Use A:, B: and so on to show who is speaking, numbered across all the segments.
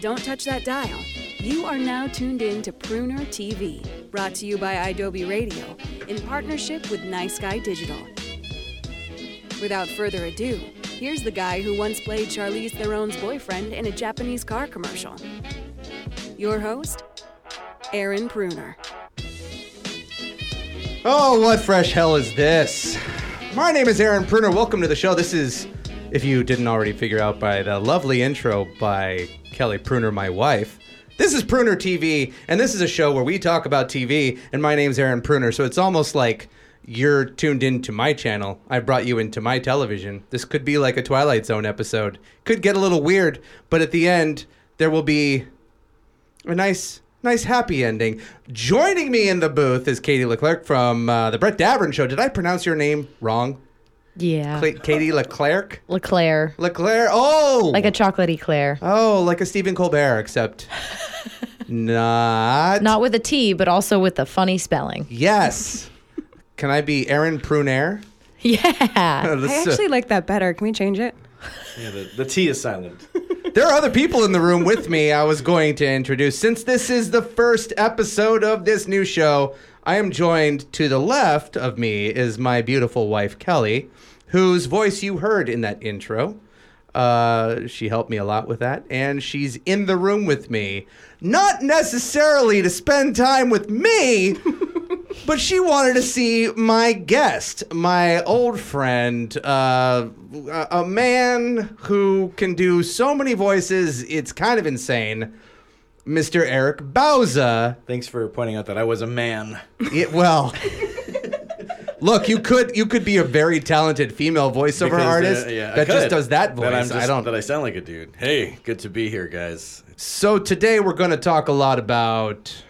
A: Don't touch that dial. You are now tuned in to Pruner TV, brought to you by Adobe Radio in partnership with Nice Guy Digital. Without further ado, here's the guy who once played Charlize Theron's boyfriend in a Japanese car commercial. Your host, Aaron Pruner.
B: Oh, what fresh hell is this? My name is Aaron Pruner. Welcome to the show. This is, if you didn't already figure out by the lovely intro by Kelly Pruner, my wife. This is Pruner TV, and this is a show where we talk about TV, and my name's Aaron Pruner. So it's almost like you're tuned into my channel. I brought you into my television. This could be like a Twilight Zone episode. Could get a little weird, but at the end, there will be a nice nice happy ending joining me in the booth is katie leclerc from uh, the brett davern show did i pronounce your name wrong
C: Yeah.
B: Cla- katie leclerc
C: Leclaire.
B: leclerc oh
C: Like a chocolate eclair.
B: oh like a stephen colbert except not
C: Not with a T, but also with the funny spelling.
B: yes can i be aaron prunair
C: Yeah.
B: This,
D: I
B: uh,
D: actually like that better. Can we change it?
E: Yeah, the, the T is silent.
B: There are other people in the room with me I was going to introduce. Since this is the first episode of this new show, I am joined to the left of me is my beautiful wife, Kelly, whose voice you heard in that intro. Uh, she helped me a lot with that, and she's in the room with me, not necessarily to spend time with me, but she wanted to see my guest, my old friend, uh, a- a man who can do so many voices, it's kind of insane. Mr. Eric Bauza.
E: Thanks for pointing out that I was a man.
B: It- well, look, you could you could be a very talented female voiceover
E: Because, uh,
B: artist
E: yeah, I
B: that just
E: could.
B: does that voice.
E: That I'm just,
B: I don't.
E: That I sound like a dude. Hey, good to be here, guys.
B: So today we're going to talk a lot about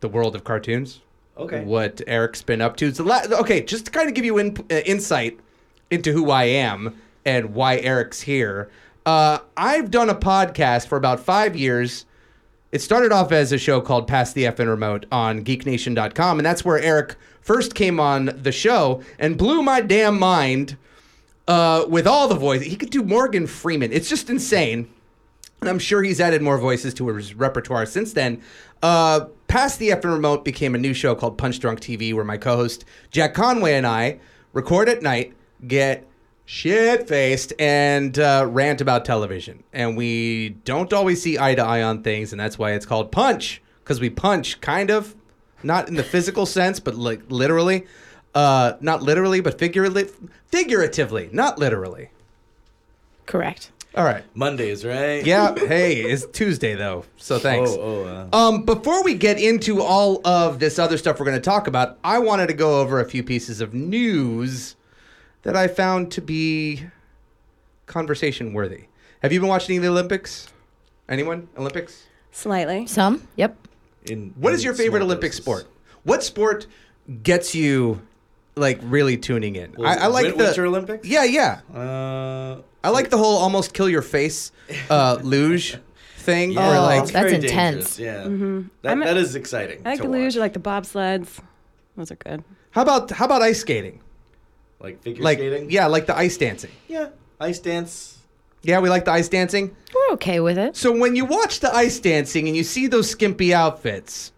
B: the world of cartoons.
E: Okay.
B: What Eric's been up to. So la- okay, just to kind of give you in- uh, insight into who I am and why Eric's here. Uh, I've done a podcast for about five years. It started off as a show called Pass the F and Remote on geeknation.com, and that's where Eric first came on the show and blew my damn mind uh, with all the voices. He could do Morgan Freeman. It's just insane. And I'm sure he's added more voices to his repertoire since then. Uh, Past the F and Remote became a new show called Punch Drunk TV, where my co host Jack Conway and I record at night, get shit faced, and uh, rant about television. And we don't always see eye to eye on things, and that's why it's called Punch, because we punch kind of, not in the physical sense, but like literally. Uh, not literally, but figuratively. Figuratively, not literally.
D: Correct.
B: All right.
E: Mondays, right?
B: Yeah. Hey, it's Tuesday though, so thanks.
E: Oh, oh, uh,
B: Um, before we get into all of this other stuff we're going to talk about, I wanted to go over a few pieces of news that I found to be conversation worthy. Have you been watching the Olympics? Anyone? Olympics?
D: Slightly.
C: Some? Yep.
E: in
B: What is
E: in
B: your favorite
E: small
B: Olympic
E: doses.
B: sport? What sport gets you like really tuning in? I, I like
E: Win-
B: the
E: Winter Olympics?
B: Yeah, yeah.
E: Uh,
B: I like the whole almost kill your face uh, luge thing.
E: yeah,
B: where,
C: Oh,
B: like,
E: it's
C: that's
E: very
C: intense.
E: dangerous, Yeah. That,
D: Mm-hmm. I'm a-
E: that is exciting.
D: I like
E: to
D: the luge. I
E: watch.
D: like the bobsleds. Those are good.
B: how about how about ice skating?
E: Like figure
B: like
E: skating?
B: yeah, like the ice dancing.
E: Yeah. Ice dance.
B: Yeah, we like the ice dancing.
C: We're okay with it.
B: So when you watch the ice dancing and you see those skimpy outfits,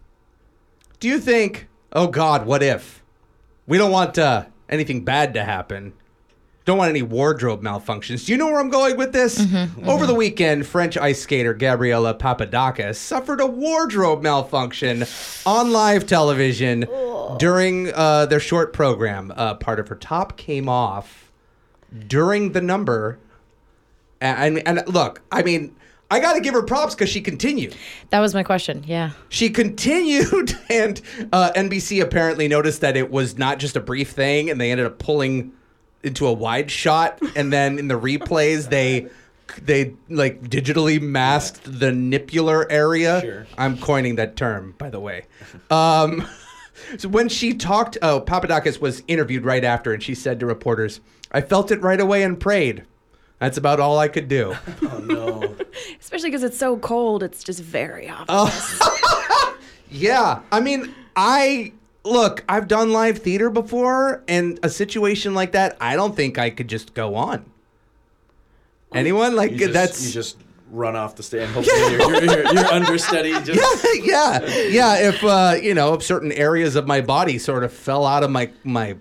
B: do you think, "Oh God, what if? We don't want uh, anything bad to happen. Don't want any wardrobe malfunctions." Do you know where I'm going with this? Over the weekend, French ice skater Gabriella Papadakis suffered a wardrobe malfunction on live television during uh, their short program. Uh, part of her top came off during the number. And, and, and look, I mean, I got to give her props because she continued.
C: That was my question. Yeah.
B: She continued, and uh, NBC apparently noticed that it was not just a brief thing, and they ended up pulling into a wide shot. And then in the replays, they they like digitally masked the nipular area.
E: Sure.
B: I'm coining that term, by the way. Um, so when she talked, oh, Papadakis was interviewed right after, and she said to reporters, "I felt it right away and prayed. That's about all I could do."
E: Oh, no.
D: Especially because it's so cold. It's just very obvious.
B: Yeah, I mean, I look, I've done live theater before, and a situation like that, I don't think I could just go on. Anyone like
E: You just,
B: that's
E: you just run off the stand. Hopefully, you're, you're, you're, you're understudy. Just
B: yeah, yeah. If uh, you know, if certain areas of my body sort of fell out of my my.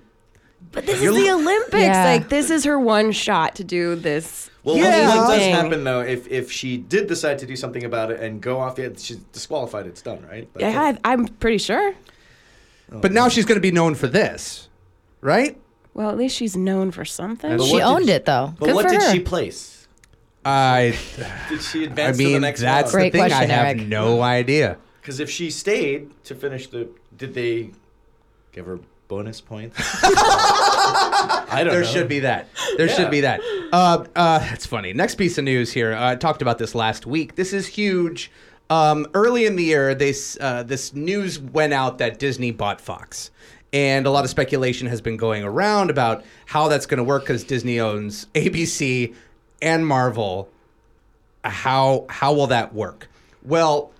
D: But this
B: You're
D: is the
B: l-
D: Olympics.
C: Yeah.
D: Like this is her one shot to do this.
E: Well,
B: Yeah.
E: what does
D: Dang.
E: happen though if if she did decide to do something about it and go off the she's disqualified. It's done, right? That's
D: Yeah,
E: it.
D: I, I'm pretty sure.
B: But now she's going to be known for this, right?
D: Well, at least she's known for something.
E: But
C: She
E: what did
C: owned
E: she-
C: it though.
E: But
C: Good
E: what
C: for
E: did
C: her.
E: she place?
B: I
E: Did she
B: I
E: advance to the
B: mean
E: next
B: that's
C: Great
B: the thing.
C: question,
B: I have
C: Eric.
B: no idea.
E: Because if she stayed to finish the, did they give her bonus points? I don't
B: There
E: know.
B: should be that. There
E: Yeah.
B: should be that. Uh, uh, it's funny. Next piece of news here. Uh, I talked about this last week. This is huge. Um, early in the year, they, s- uh, this news went out that Disney bought Fox. And a lot of speculation has been going around about how that's going to work because Disney owns ABC and Marvel. How, how will that work? Well,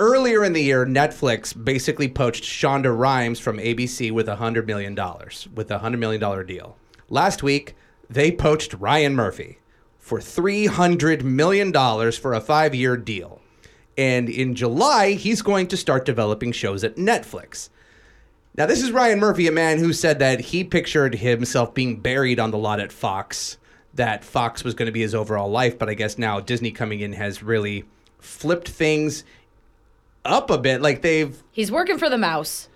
B: earlier in the year, Netflix basically poached Shonda Rhimes from ABC with $100 million, with a $100 million deal. Last week, they poached Ryan Murphy for $300 million for a five year deal. And in July, he's going to start developing shows at Netflix. Now, this is Ryan Murphy, a man who said that he pictured himself being buried on the lot at Fox, that Fox was going to be his overall life, but I guess now Disney coming in has really flipped things up a bit. Like they've
C: He's working for the mouse.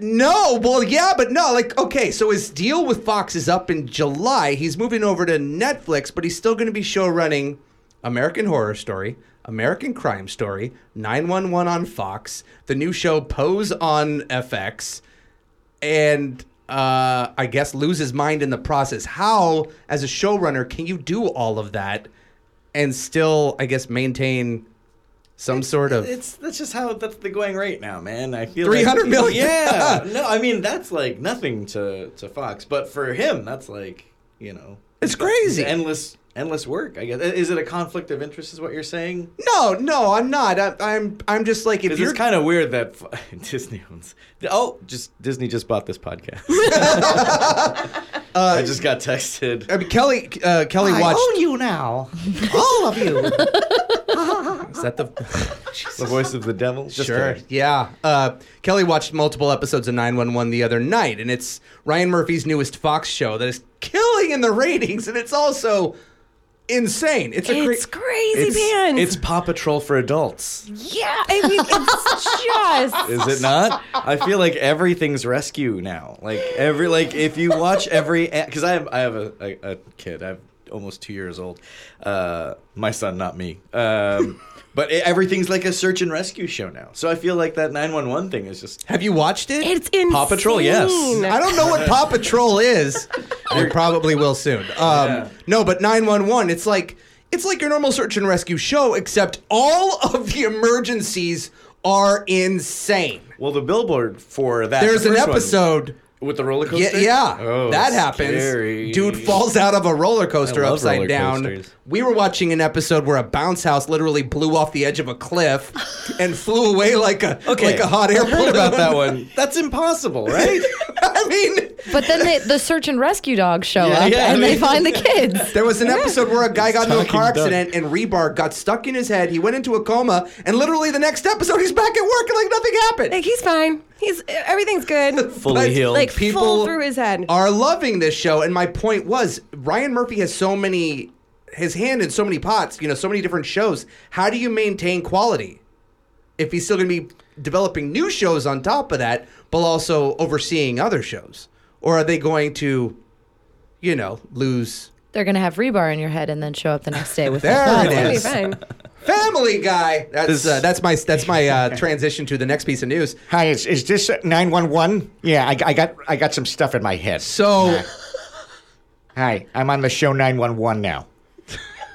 B: no, well, yeah, but no. Like okay, so his deal with Fox is up in July. He's moving over to Netflix, but he's still going to be show running American Horror Story, American Crime Story, 911 on Fox, the new show Pose on FX, and. Uh, I guess lose his mind in the process. How, as a showrunner, can you do all of that and still, I guess, maintain some sort of?
E: It's that's just how that's the going rate now, man. I feel
B: 300
E: like,
B: million.
E: Yeah, no, I mean that's like nothing to to Fox, but for him, that's like you know,
B: It's crazy.
E: endless endless work. I guess is it a conflict of interest? Is what you're saying?
B: No, no, I'm not. I, I'm I'm just like if
E: Because
B: you're
E: it's kind of weird that f- Disney owns. Oh, just Disney just bought this podcast. I just got texted.
B: I mean, Kelly uh, Kelly Uh, watched
E: you now.
B: all of you. Is that the
E: The voice of the devil. Just
B: sure?
E: kidding.
B: Yeah. Uh, Kelly watched multiple episodes of 911 the other night, and it's Ryan Murphy's newest Fox show that is killing in the ratings, and it's also insane. It's a cra-
D: It's crazy
E: It's,
D: pants.
E: it's Paw Patrol for adults,
D: yeah, I mean, it's just
E: is it not? I feel like everything's rescue now. Like every like if you watch every because I have I have a, a, a kid. I'm almost two years old. Uh, my son, not me. Um, but it, everything's like a search and rescue show now. So I feel like that 911 thing is just
B: Have you watched it?
D: it's insane.
E: Paw Patrol, yes.
B: I don't know what Paw Patrol is. We probably will soon. Um, No, but 911, it's like it's like your normal search and rescue show, except all of the emergencies are insane.
E: well the billboard for that.
B: There's
E: the
B: an
E: first one
B: episode.
E: with the roller
B: Yeah,
E: coaster.
B: yeah,
E: Oh,
B: that happens.
E: scary.
B: Dude falls out of a roller coaster
E: I love
B: upside
E: roller
B: down.
E: coasters.
B: We were watching an episode where a bounce house literally blew off the edge of a cliff and flew away like a like a hot air balloon.
E: Heard about that one. That's impossible, right?
B: I mean,
C: But then they, the search and rescue dogs show
E: Yeah,
C: up
E: yeah, I
C: and they
E: mean-
C: find the kids.
B: There was an episode where a guy got into a
E: talking
B: car
E: duck.
B: accident and rebar got stuck in his head. He went into a coma, and literally the next episode, he's back at work and like nothing happened.
D: Like he's fine. He's everything's good.
E: Fully healed.
D: Like
B: People
D: full through his head.
B: are loving this show, and my point was Ryan Murphy has so many his hand in so many pots, you know, so many different shows. How do you maintain quality if he's still going to be developing new shows on top of that, but also overseeing other shows? Or are they going to, you know, lose?
C: They're gonna have rebar in your head and then show up the next day with
B: There
C: their
B: it
C: thoughts.
D: He'll be
B: is.
D: fine.
B: Family Guy. That's
E: This-
B: uh, that's my that's my uh, transition to the next piece of news.
F: Hi, is, is this nine one one? Yeah, I, I got I got some stuff in my head.
B: So
F: Hi, I'm on the show nine one one now.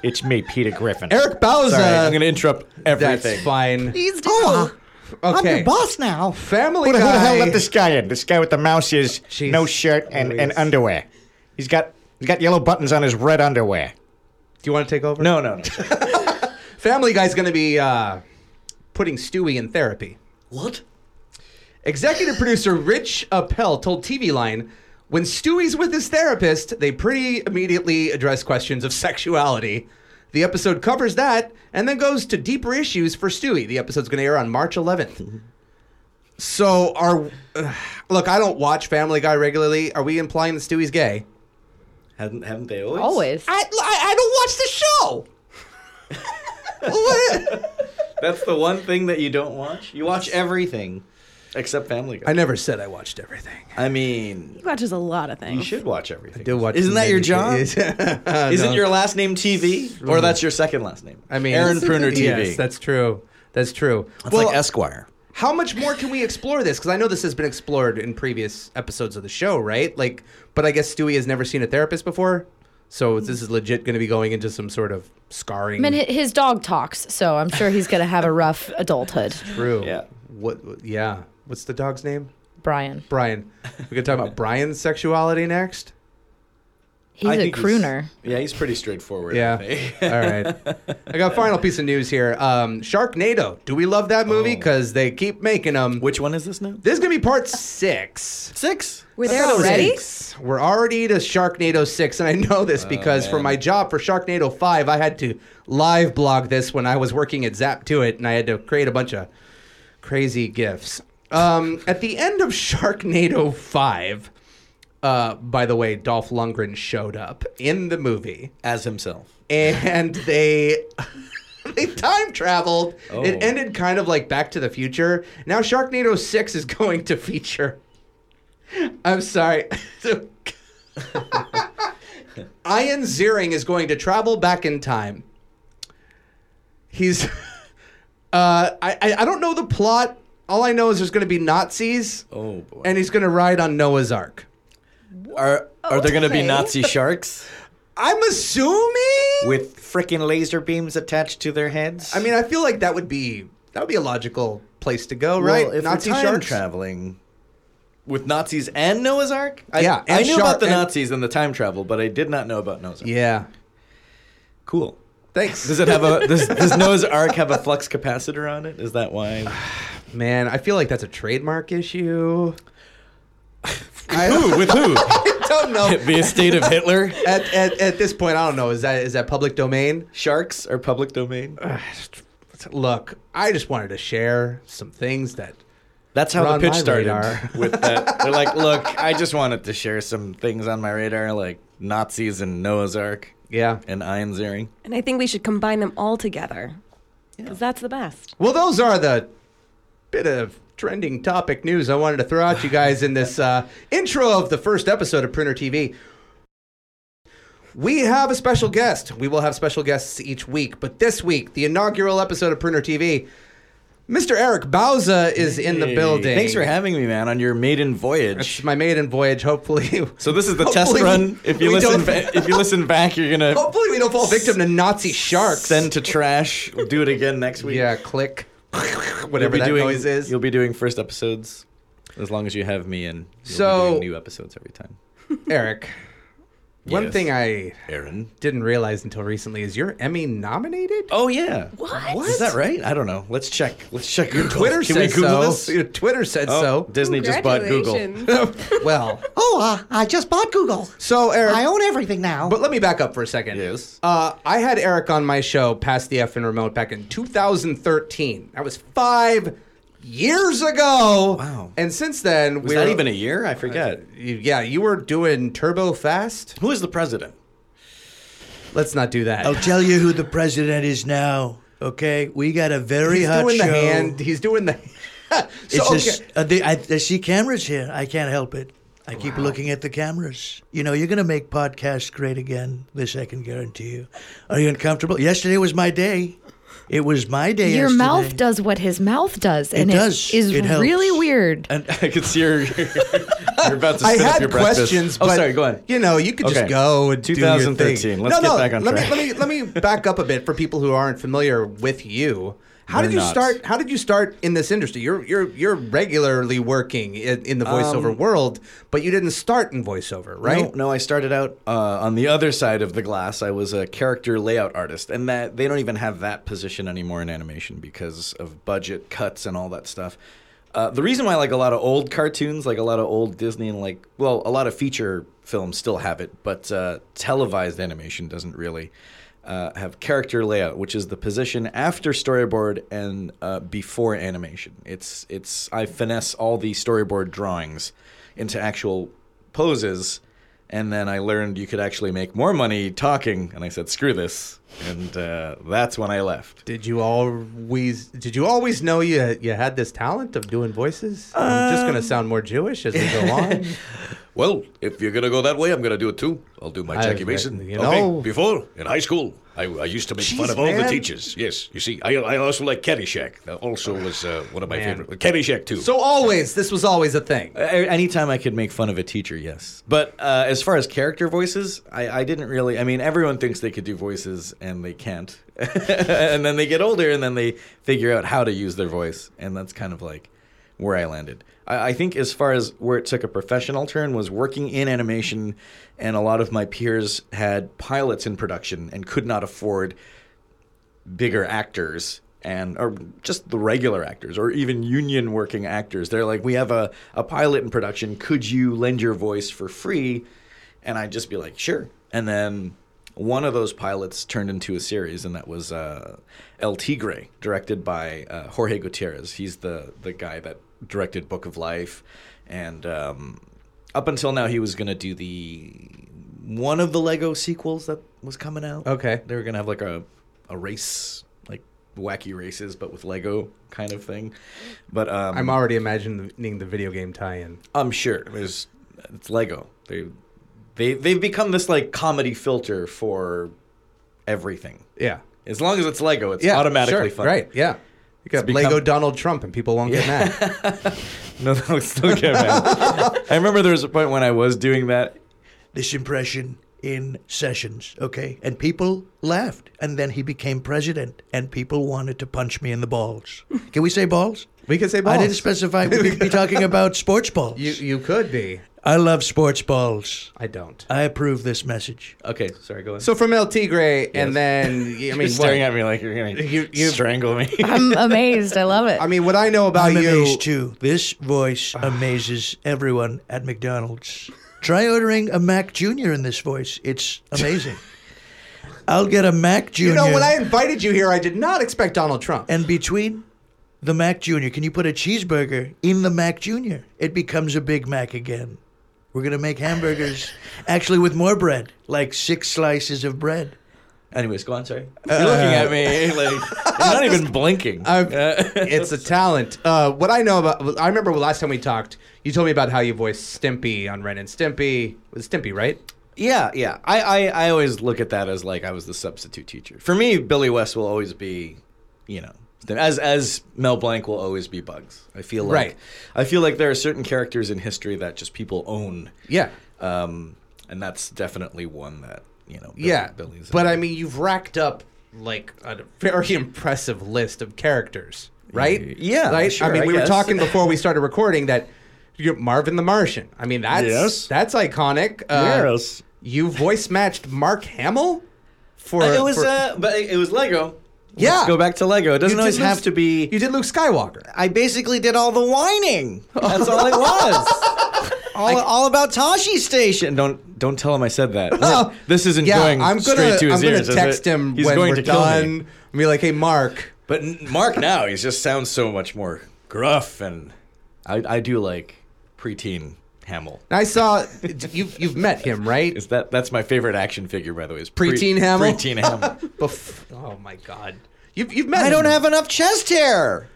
F: It's me, Peter Griffin.
B: Eric Bauza.
F: Sorry, I'm
E: I'm gonna interrupt
B: that's
E: everything.
B: fine.
F: Please do. Oh, I'm
B: Okay.
F: your boss now.
B: Family
F: who, the- Who the hell
B: Guy.
F: let this guy in? This guy with the mouse is
B: Jeez
F: no shirt and, and
B: Louise.
F: underwear. He's got he's got yellow buttons on his red underwear.
B: Do you want to take over?
E: No, no, no.
B: Family Guy's going to be uh, putting Stewie in therapy.
E: what?
B: Executive producer Rich Appel told TV Line, "When Stewie's with his therapist, they pretty immediately address questions of sexuality." The episode covers that and then goes to deeper issues for Stewie. The episode's going to air on March 11th. So, are ugh, look, I don't watch Family Guy regularly. Are we implying that Stewie's gay?
E: Haven't, haven't they always?
C: Always.
B: I, I, I don't watch the show. What?
E: That's the one thing that you don't watch. You watch everything except Family Guy.
B: I never said I watched everything.
E: I mean,
D: He watches a lot of
E: you
D: things.
E: should watch everything.
B: do watch
E: Isn't that your job?
B: many things.
E: Isn't
B: No. Mm-hmm.
E: your last name TV? Or that's your second last name?
B: I mean,
E: Aaron Pruner TV.
B: Yes, that's true. That's true.
E: That's like Esquire.
B: How much more can we explore this? Because I know this has been explored in previous episodes of the show, right? Like, but I guess Stewie has never seen a therapist before, so this is legit going to be going into some sort of scarring.
C: I mean, hi- his dog talks, so I'm sure he's gonna have a rough adulthood.
B: True.
E: Yeah.
B: What? what- Yeah. What's the dog's name?
C: Brian,
B: Brian. We're gonna talk about Brian's sexuality next.
C: he's
E: I
C: a
E: think he's-
C: crooner.
E: yeah, he's pretty straightforward. I
B: Yeah.
E: think.
B: All right. I got a final piece of news here. Um, Sharknado. Do we love that movie? Because they keep making them.
E: Oh. Which one is this now?
B: This is gonna be part six.
E: Six.
D: We're there already?
B: Six. We're already to Sharknado 6, and I know this because for
E: man.
B: my job for Sharknado 5, I had to live blog this when I was working at Zap to it, and I had to create a bunch of crazy gifs. Um, at the end of Sharknado 5, uh, by the way, Dolph Lundgren showed up in the movie,
E: As himself.
B: and they. They time traveled.
E: Oh.
B: It ended kind of like Back to the Future. Now Sharknado 6 is going to feature I'm sorry. Ian Ziering is going to travel back in time. He's. Uh, I, I I don't know the plot. All I know is there's going to be Nazis,
E: Oh, boy.
B: and he's going to ride on Noah's Ark.
E: Are, are there going to be
D: Okay.
E: Nazi sharks
B: I'm assuming.
E: with freaking laser beams attached to their heads?
B: I mean, I feel like that would be that would be a logical place to go, right?
E: Well, if Nazi
B: Nazi
E: time
B: sharks.
E: traveling with Nazis and Noah's Ark. I,
B: Yeah,
E: I
B: and
E: knew
B: shark-
E: about the
B: and-
E: Nazis and the time travel, but I did not know about Noah's Ark.
B: Yeah.
E: Cool.
B: Thanks.
E: Does it have a does, does Noah's Ark have a flux capacitor on it? Is that why?
B: Man, I feel like that's a trademark issue.
E: who with who?
B: Don't know.
E: Be a state of Hitler.
B: at, at, at this point, I don't know. Is that is that public domain?
E: Sharks are public domain.
B: Look, I just wanted to share some things that
E: That's how
B: We're
E: the
B: on
E: pitch
B: my
E: started
B: radar.
E: with that. They're like, look, I just wanted to share some things on my radar, like Nazis and Noah's Ark
B: yeah.
E: and Iron Ziering.
D: And I think we should combine them all together. Because that's the best.
B: Well, those are the bit of trending topic news I wanted to throw out you guys in this uh, intro of the first episode of Printer TV. We have a special guest. We will have special guests each week, but this week, the inaugural episode of Printer TV, Mr. Eric Bauza is in the building.
E: Thanks for having me, man, on your maiden voyage.
B: It's my maiden voyage. Hopefully,
E: So this is the
B: Hopefully
E: test run. If you
B: we
E: listen,
B: don't-
E: ba- if you listen back, you're gonna
B: Hopefully, we don't fall victim to Nazi sharks.
E: send to trash. We'll do it again next week.
B: yeah, click.
E: You'll
B: Whatever
E: be
B: that
E: doing,
B: noise is.
E: You'll be doing first episodes as long as you have me, and you'll
B: So-
E: be doing new episodes every time.
B: Eric, one
E: Yes.
B: thing I
E: Aaron.
B: didn't realize until recently is you're Emmy nominated.
E: Oh yeah. What? Is that right? I don't know. Let's check. Let's check Google.
B: Twitter
E: Can
B: says
E: we Google
B: so.
E: this?
B: Your Twitter said
E: Oh,
B: so.
E: Disney just bought Google.
D: Congratulations.
B: well,
G: Oh, uh, I just bought Google.
B: so Eric,
G: I own everything now.
B: but let me back up for a second.
E: Yes.
B: Uh, I had Eric on my show, Pass the F and Remote, back in 2013. That was five years ago.
E: Wow.
B: And since then,
E: Was that even a year? I forget.
B: uh, Yeah, you were doing Turbo Fast.
E: Who is the president?
B: Let's not do
E: Oh,
B: that.
H: tell you who the president is now. Okay, we got a very
B: he's
H: hot
B: doing
H: show.
B: the hand. He's doing the. so,
H: It's
B: okay.
H: just, uh, they, I, I see cameras here. I can't help it. I keep looking at the cameras. You know, you're going to make podcasts great again. This I can guarantee you. Are you uncomfortable? Yesterday was my day. It was my day.
C: Your
H: yesterday.
C: mouth does what his mouth does, and it
H: does.
C: is
H: It helps.
C: really weird.
E: And I could see your. you're about to
B: I
E: spit up
B: had
E: your breakfast.
B: questions,
E: Oh,
B: but
E: sorry. Go on.
B: You know, you could just
E: Okay.
B: go and 2013.
E: 2013. Let's
B: no,
E: get
B: no,
E: back on
B: let
E: track.
B: Me, let me let me back up a bit for people who aren't familiar with you. How
E: We're
B: did you
E: not.
B: start? How did you start in this industry? You're you're you're regularly working in, in the
E: Um,
B: voiceover world, but you didn't start in voiceover, right?
E: No, no, I started out uh, on the other side of the glass. I was a character layout artist, and that they don't even have that position anymore in animation because of budget cuts and all that stuff. Uh, the reason why, like a lot of old cartoons, like a lot of old Disney, and like well, a lot of feature films still have it, but uh, televised animation doesn't really. uh, have character layout, which is the position after storyboard and uh, before animation. It's it's I finesse all the storyboard drawings into actual poses, and then I learned you could actually make more money talking, and I said screw this, and uh, that's when I left.
B: Did you always did you always know you you had this talent of doing voices? I'm just gonna sound more Jewish as we go on.
E: Um, Well, if you're gonna go that way, I'm gonna do it too. I'll do my
B: I-
E: Jackie Mason.
B: you know.
I: Before, in high school, I, I used to make
B: Jeez,
I: fun of all
B: man.
I: the teachers. Yes, you see, I, I also like Caddyshack. That also was uh, one of my
B: Man.
I: favorite. Caddyshack, too.
B: So always, this was always a thing.
E: A- Anytime I could make fun of a teacher, yes. But uh, as far as character voices, I, I didn't really. I mean, everyone thinks they could do voices and they can't. and then they get older and then they figure out how to use their voice. And that's kind of like where I landed. I, I think as far as where it took a professional turn was working in animation, and a lot of my peers had pilots in production and could not afford bigger actors and or just the regular actors or even union working actors they're like we have a, a pilot in production could you lend your voice for free and i'd just be like sure and then one of those pilots turned into a series and that was uh, el tigre directed by uh, jorge gutierrez he's the, the guy that directed book of life and um, up until now he was going to do the one of the lego sequels that was coming out
B: Okay.
E: they were gonna have like a, a race, like wacky races, but with Lego kind of thing. But um,
B: I'm already imagining the video game tie-in.
E: I'm sure it was it's Lego. They they they've become this like comedy filter for everything.
B: Yeah.
E: As long as it's Lego, it's
B: Yeah.
E: automatically
B: sure,
E: fun.
B: Right. Yeah. You got
E: become-
B: Lego Donald Trump, and people won't get mad.
E: No, no, it's still good, man. I remember there was a point when I was doing that.
H: this impression in sessions, okay? And people laughed. And then he became president, and people wanted to punch me in the balls. Can we say balls?
B: We could say
H: I didn't
B: balls.
H: specify we'd be talking about sports balls.
B: You you could be.
H: I love sports balls.
B: I don't.
H: I approve this message.
E: Okay, sorry, go ahead.
B: So from El Tigre, and then I mean,
E: You're staring
B: what,
E: at me like you're gonna
B: You- you-
E: strangle me.
C: I'm amazed. I love it.
B: I mean, what I know about
H: I'm
B: you, Ah.
H: amazed too. This voice amazes everyone at McDonald's. Try ordering a Mac Jr. in this voice. It's amazing. I'll get a Mac Jr.
B: you know, when I invited you here, I did not expect Donald Trump.
H: and between the Mac Jr., can you put a cheeseburger in the Mac Jr.? It becomes a Big Mac again. We're going to make hamburgers actually with more bread, like six slices of bread.
E: Anyways, go on. Sorry,
B: Uh,
E: you're looking at me like I'm not even blinking.
B: I've- it's a talent. Uh, what I know about, I remember last time we talked, you told me about how you voiced Stimpy on Ren and Stimpy. It was Stimpy, right?
E: Yeah, yeah. I, I, I always look at that as like I was the substitute teacher. For me, Billy West will always be, you know, as as Mel Blanc will always be Bugs. I feel like
B: Right.
E: I feel like there are certain characters in history that just people own.
B: Yeah,
E: Um, and that's definitely one that you know. Billy,
B: yeah.
E: Billy's.
B: But I mean, you've racked up like a very impressive list of characters, right?
E: Yeah,
B: right.
E: sure,
B: I mean,
E: I
B: we were
E: guess.
B: talking before we started recording that you're Marvin the Martian. I mean, that's
E: Yes.
B: that's iconic. Uh,
E: Yes.
B: You voice matched Mark Hamill for
E: Uh, it was,
B: for-
E: uh, but it it was Lego.
B: yeah.
E: Let's go back to Lego. It
B: You
E: doesn't
B: did
E: always
B: Luke-
E: have to be.
B: You did Luke Skywalker.
E: I basically did all the whining. That's all it was. All, all about Tashi Station. Don't don't tell him I said that. this isn't
B: Oh, yeah,
E: going
B: I'm gonna,
E: straight to his
B: I'm
E: ears. is
B: gonna text
E: it?
B: him
E: He's
B: when
E: going
B: we're
E: to kill
B: done.
E: Me.
B: And be like, hey, Mark.
E: But n- Mark now he just sounds so much more gruff, and I, I do like preteen Hamill.
B: And I saw you've you've met him, right?
E: Is that that's my favorite action figure by the way? Is pre-
B: Preteen Hamill?
E: Preteen Hamill.
B: Bef- oh my God, you've you've met.
E: I
B: him.
E: don't have enough chest hair.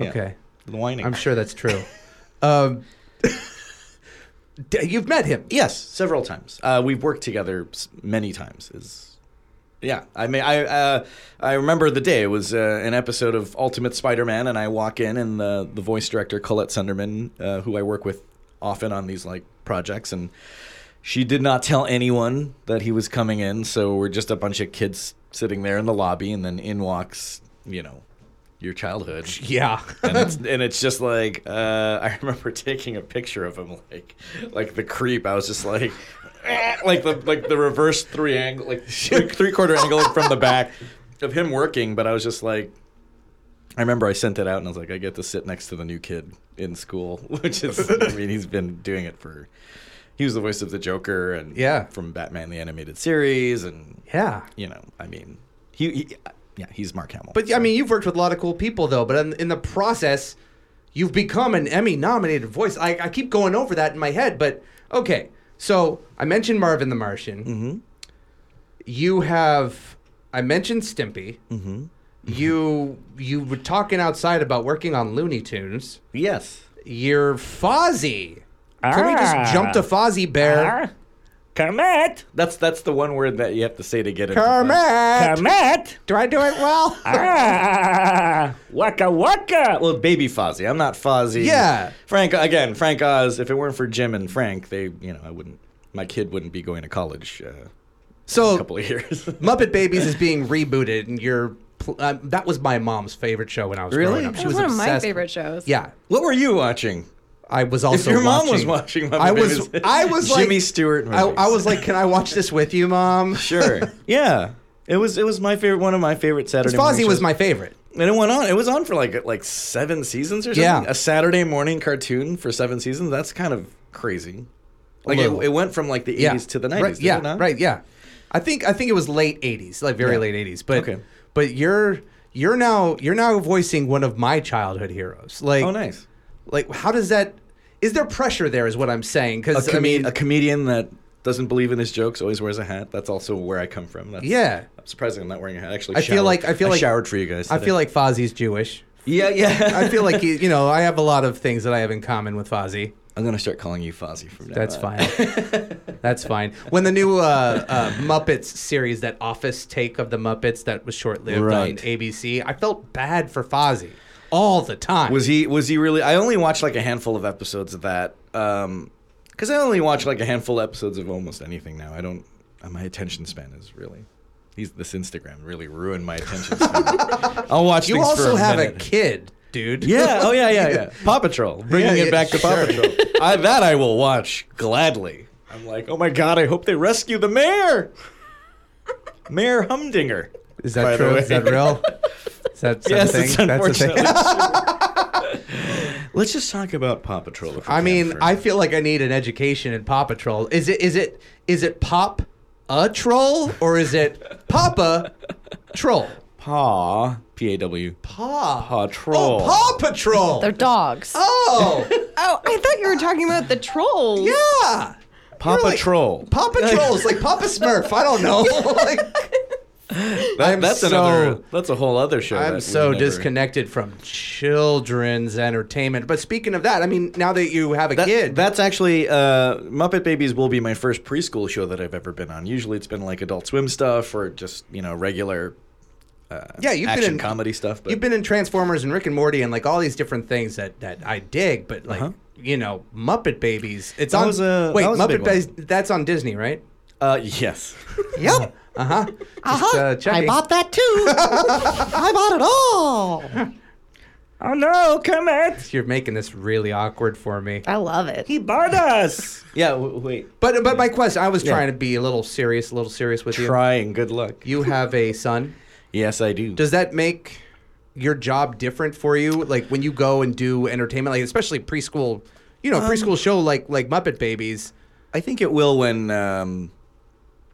E: Yeah,
B: Okay,
E: the whining.
B: I'm sure that's true. um, d- you've met him.
E: Yes, several times. Uh, we've worked together s- many times. Is yeah. I mean, I uh, I remember the day. It was uh, an episode of Ultimate Spider-Man, and I walk in, and the the voice director Colette Sunderman, uh, who I work with often on these like projects, and she did not tell anyone that he was coming in. So we're just a bunch of kids sitting there in the lobby, and then in walks you know your childhood
B: Yeah,
E: and it's and it's just like uh, I remember taking a picture of him like like the creep. I was just like "Eh," like the like the reverse three angle like three, three quarter angle from the back of him working, but I was just like I remember I sent it out and I was like I get to sit next to the new kid in school, which is I mean he's been doing it for he was the voice of the Joker and
B: Yeah.
E: from Batman the animated series and
B: Yeah.
E: you know, I mean, he, he yeah, he's Mark Hamill.
B: But I mean, you've worked with a lot of cool people, though. But in, in the process, you've become an Emmy-nominated voice. I, I keep going over that in my head, but okay. So I mentioned Marvin the Martian. Mm-hmm. You have I mentioned Stimpy. Mm-hmm. You you were talking outside about working on Looney Tunes.
E: yes.
B: You're Fozzie. Can we just jump to Fozzie Bear?
J: Kermit!
E: That's that's the one word that you have to say to get it.
B: Kermit.
J: Kermit!
B: Do I do it well?
J: Ah! Waka waka!
E: Well, baby Fozzie. I'm not Fozzie.
B: Yeah.
E: Frank again. Frank Oz. If it weren't for Jim and Frank, they you know I wouldn't. My kid wouldn't be going to college uh, a
B: So
E: couple of years.
B: Muppet Babies is being rebooted, and you're. Pl- uh, that was my mom's favorite show when I was
E: Really?
B: growing up. She
D: That was
B: was
D: one of my
B: obsessed-
D: favorite shows.
B: Yeah,
E: what were you watching?
B: I was also.
E: your mom
B: watching,
E: was watching Muppet
B: I was.
E: Babies.
B: I was like
E: Jimmy Stewart
B: I, I
E: movies.
B: was like, "Can I watch this with you, mom?"
E: Sure. yeah. It was it was my favorite one of my favorite Saturday. morning
B: Fozzie was
E: shows.
B: my favorite.
E: And it went on. It was on for like like seven seasons or something.
B: Yeah.
E: A Saturday morning cartoon for seven seasons. That's kind of crazy. Like it,
B: little.
E: it went from like the 80s
B: Yeah.
E: to the 90s.
B: Right,
E: did
B: yeah.
E: it not?
B: Right. Yeah. I think. I think it was late '80s, like very
E: Yeah.
B: late '80s. But.
E: Okay.
B: But you're you're now you're now voicing one of my childhood heroes. Like.
E: Oh, nice.
B: Like, how does that? Is there pressure there? Is what I'm saying?
E: A,
B: Because I
E: comed-
B: mean,
E: a comedian that doesn't believe in his jokes always wears a hat. That's also where I come from. That's,
B: Yeah.
E: I'm surprised I'm not wearing a hat. I Actually,
B: I feel
E: showered-
B: like- I feel like-
E: showered for you guys.
B: I
E: today.
B: feel like Fozzie's Jewish.
E: yeah, yeah.
B: I feel like he, you know I have a lot of things that I have in common with Fozzie.
E: I'm gonna start calling you Fozzie from now.
B: That's
E: on.
B: fine. That's fine. When the new uh, uh, Muppets series, that Office take of the Muppets that was short lived on
E: Right.
B: ABC, I felt bad for Fozzie all the time.
E: Was he? Was he really? I only watched like a handful of episodes of that. Um 'cause because I only watch like a handful of episodes of almost anything now. I don't. uh, My attention span is really. He's this Instagram really ruined my attention span. I'll watch.
B: you
E: things for
B: also
E: a
B: have a
E: minute.
B: kid, dude.
E: Yeah. Oh yeah. Yeah. Yeah. Paw Patrol. Bringing
B: Yeah,
E: it back
B: yeah,
E: to Paw Patrol. I, that I will watch gladly. I'm like, oh my god! I hope they rescue the mayor. Mayor Humdinger.
B: Is
E: By
B: that
E: the
B: true? Is
E: way.
B: that real? Is that
E: Yes,
B: something?
E: it's
B: That's a
E: unfortunately.
B: thing.
E: Let's just talk about Paw Patrol. If we
B: I
E: can
B: mean,
E: for a
B: I
E: minute.
B: feel like I need an education in Paw Patrol. Is it is it is it Pop a troll or is it Papa troll?
E: Paw P A W
B: Paw
E: Paw Troll.
B: Oh, Paw Patrol.
C: They're dogs.
B: oh,
D: Oh, I thought you were talking about the trolls.
B: yeah.
E: Paw
B: You're like-
E: Patrol.
B: Paw Patrol's like Papa Smurf. I don't know. like,
E: That-
B: I'm
E: that's
B: so-
E: another. That's a whole other show. that
B: I'm
E: we
B: so
E: never-
B: disconnected from children's entertainment. But speaking of that, I mean, now that you have a
E: That-
B: kid,
E: That's actually uh, Muppet Babies will be my first preschool show that I've ever been on. Usually, it's been like Adult Swim stuff or just you know regular uh,
B: yeah, you've been
E: action
B: in
E: comedy stuff. But
B: You've been in Transformers and Rick and Morty and like all these different things that that I dig. But like, you know, Muppet Babies. It's
E: Uh-huh. That
B: on.
E: was a-
B: wait,
E: that was a big
B: Muppet
E: one.
B: Babies. That's on Disney, right?
E: uh, yes,
G: Yep.
B: Uh-huh. Just, uh huh.
G: I bought that too. I bought it all.
J: Oh no, Kermit!
B: You're making this really awkward for me.
C: I love it.
J: He bought us!
E: yeah. W- wait,
B: But but my question, I was trying to be a little serious, a little serious with you.
E: trying. Good luck.
B: You have a son.
E: Yes, I do.
B: Does that make your job different for you? Like when you go and do entertainment, like especially preschool, you know,
D: Um,
B: preschool show like like Muppet Babies.
E: I think it will when um,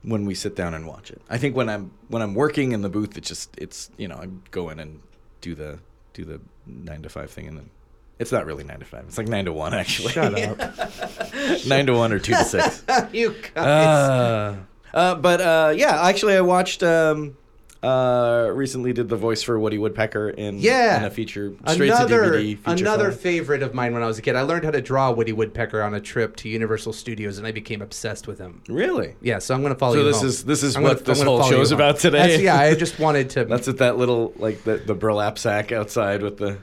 E: when we sit down and watch it. I think when I'm when I'm working in the booth, it just it's you know I go in and do the do the nine to five thing, and then it's not really nine to five. It's like nine to one actually. Shut up. nine to one or two to six.
B: you guys.
E: Uh, uh, but uh, yeah, actually, I watched. Um, uh, recently did the voice for Woody Woodpecker in
B: Yeah.
E: in a feature straight to
B: another
E: DVD feature
B: another
E: film.
B: favorite of mine when I was a kid. I learned how to draw Woody Woodpecker on a trip to Universal Studios, and I became obsessed with him.
E: really
B: Yeah, so I'm gonna follow
E: So
B: you.
E: this
B: home.
E: is- this is
B: I'm
E: what
B: gonna- I'm
E: this
B: gonna
E: whole
B: follow you
E: show's
B: home.
E: about today.
B: That's- yeah, I just wanted to.
E: That's at that little like the, the burlap sack outside with the